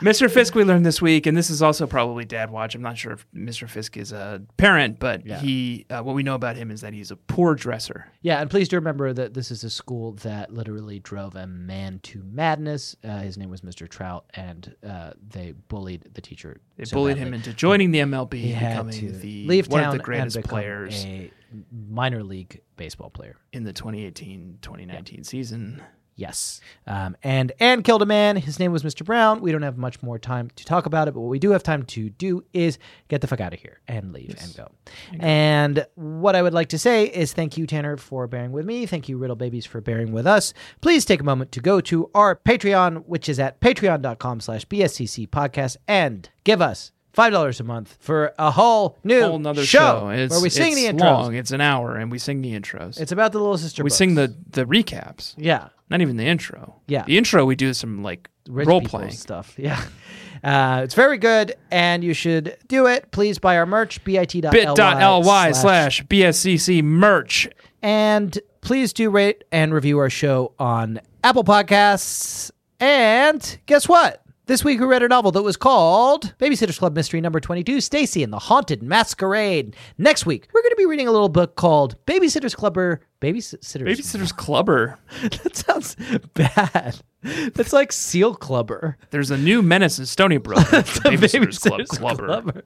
[SPEAKER 4] Mr. Fisk, we learned this week, and this is also probably Dad Watch. I'm not sure if Mr. Fisk is a parent, but
[SPEAKER 2] Yeah.
[SPEAKER 4] he, uh, what we know about him is that he's a poor dresser.
[SPEAKER 2] yeah, and please do remember that this is a school that literally drove a man to madness. Uh, his name was Mr. Trout, and uh, they bullied the teacher.
[SPEAKER 4] They
[SPEAKER 2] so
[SPEAKER 4] bullied
[SPEAKER 2] badly.
[SPEAKER 4] him into joining the MLB,
[SPEAKER 2] He had to
[SPEAKER 4] becoming the
[SPEAKER 2] leave
[SPEAKER 4] one
[SPEAKER 2] town
[SPEAKER 4] of the greatest
[SPEAKER 2] and become
[SPEAKER 4] players
[SPEAKER 2] a minor league baseball player.
[SPEAKER 4] in the 2018-2019 season.
[SPEAKER 2] Yes. Um, and Anne killed a man. His name was Mr. Brown. We don't have much more time to talk about it, but what we do have time to do is get the fuck out of here and leave and go. And what I would like to say is thank you, Tanner, for bearing with me. Thank you, Riddle Babies, for bearing with us. Please take a moment to go to our Patreon, which is at patreon.com slash BSCC podcast, and give us $5 a month for a whole new
[SPEAKER 4] Whole another
[SPEAKER 2] show,
[SPEAKER 4] show. It's,
[SPEAKER 2] where we sing
[SPEAKER 4] it's
[SPEAKER 2] the intros.
[SPEAKER 4] long. It's an hour, and we sing the intros.
[SPEAKER 2] It's about the little sister.
[SPEAKER 4] we
[SPEAKER 2] books.
[SPEAKER 4] sing the, the recaps.
[SPEAKER 2] Yeah.
[SPEAKER 4] Not even the intro.
[SPEAKER 2] Yeah.
[SPEAKER 4] The intro, we do some like
[SPEAKER 2] rich
[SPEAKER 4] role
[SPEAKER 2] people
[SPEAKER 4] playing.
[SPEAKER 2] stuff. Yeah. Uh, it's very good, and you should do it. Please buy our merch, bit.ly.
[SPEAKER 4] Bit.ly slash BSCC merch.
[SPEAKER 2] And please do rate and review our show on Apple Podcasts. And guess what? This week we read a novel that was called Babysitter's Club Mystery Number 22, Stacy and the Haunted Masquerade. Next week, we're going to be reading a little book called Babysitter's Clubber. Babysitter's
[SPEAKER 4] Babysitter's Clubber.
[SPEAKER 2] that sounds bad. That's like Seal Clubber.
[SPEAKER 4] There's a new menace in Stony Brook. the Babysitter's Club
[SPEAKER 2] Babysitter's
[SPEAKER 4] Clubber.
[SPEAKER 2] Clubber.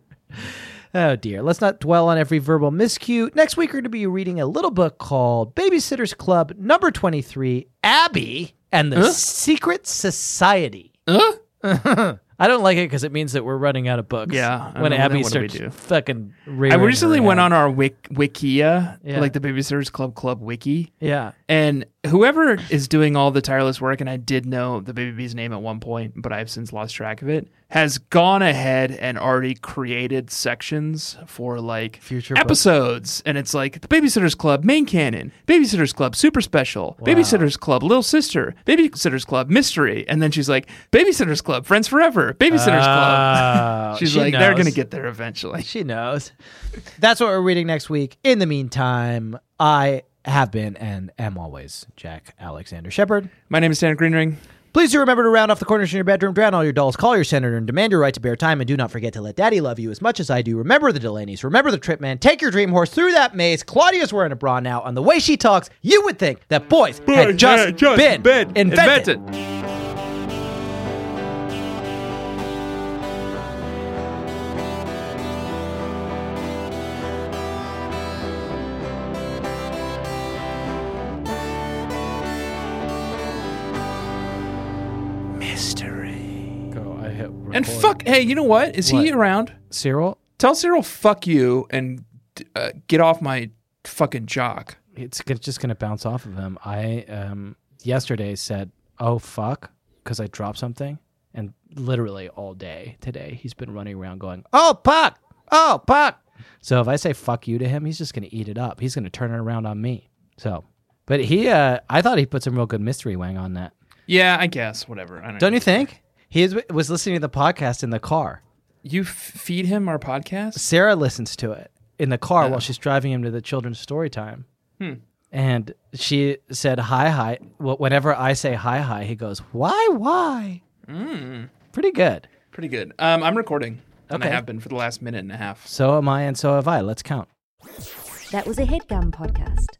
[SPEAKER 2] Oh dear. Let's not dwell on every verbal miscue. Next week, we're going to be reading a little book called Babysitter's Club number 23 Abby and the Secret Society.
[SPEAKER 4] Huh?
[SPEAKER 2] I don't like it because it means that we're running out of books.
[SPEAKER 4] Yeah, I
[SPEAKER 2] When
[SPEAKER 4] know, then
[SPEAKER 2] Abby
[SPEAKER 4] what do we
[SPEAKER 2] starts
[SPEAKER 4] do?
[SPEAKER 2] fucking
[SPEAKER 4] I recently went on our wik- Wikia,
[SPEAKER 2] Yeah.
[SPEAKER 4] like the Babysitter's Club Club Wiki.
[SPEAKER 2] Yeah.
[SPEAKER 4] And whoever is doing all the tireless work, and I did know the baby bee's name at one point, but I've since lost track of it, has gone ahead and already created sections for like
[SPEAKER 2] Future books.
[SPEAKER 4] episodes. And it's like the Babysitter's Club main canon, Babysitter's Club super special, Babysitter's Club little sister, Babysitter's Club mystery. And then she's like, Babysitter's Club friends forever, Babysitter's
[SPEAKER 2] Oh,
[SPEAKER 4] Club. she's
[SPEAKER 2] she
[SPEAKER 4] like, they're
[SPEAKER 2] knows.
[SPEAKER 4] going to get there eventually.
[SPEAKER 2] She knows. That's what we're reading next week. In the meantime, I have been and am always Jack Alexander Shepard.
[SPEAKER 4] My name is Dan Greenring.
[SPEAKER 2] Please do remember to round off the corners in your bedroom, drown all your dolls, call your senator, and demand your right to bear time. And do not forget to let daddy love you as much as I do. Remember the Delaney's, remember the trip man, take your dream horse through that maze. Claudia's wearing a bra now, and the way she talks, you would think that boys had just, been, invented.
[SPEAKER 4] And fuck, hey, you know what? Is he
[SPEAKER 2] What?
[SPEAKER 4] around?
[SPEAKER 2] Cyril,
[SPEAKER 4] Tell Cyril fuck you and uh, get off my fucking jock.
[SPEAKER 2] it's g- just gonna bounce off of him. I um yesterday said, "Oh fuck," because I dropped something, and literally all day today he's been running around going, "Oh fuck, oh fuck." So if I say "fuck you" to him, he's just gonna eat it up. He's gonna turn it around on me. So, but he, uh I thought he put some real good mystery wang on that.
[SPEAKER 4] Yeah, I guess. Whatever. I don't,
[SPEAKER 2] Don't
[SPEAKER 4] know.
[SPEAKER 2] you think? He is, was listening to the podcast in the car.
[SPEAKER 4] You f- feed him our podcast?
[SPEAKER 2] Sarah listens to it in the car while she's driving him to the children's story time. And she said, hi, hi. Wh- Whenever I say hi, hi, he goes, why, why? Pretty good.
[SPEAKER 4] Pretty good. Um, I'm recording. And I
[SPEAKER 2] Okay.
[SPEAKER 4] have been for the last minute and a half.
[SPEAKER 2] So am I, and so have I. Let's count.
[SPEAKER 1] That was a headgum podcast.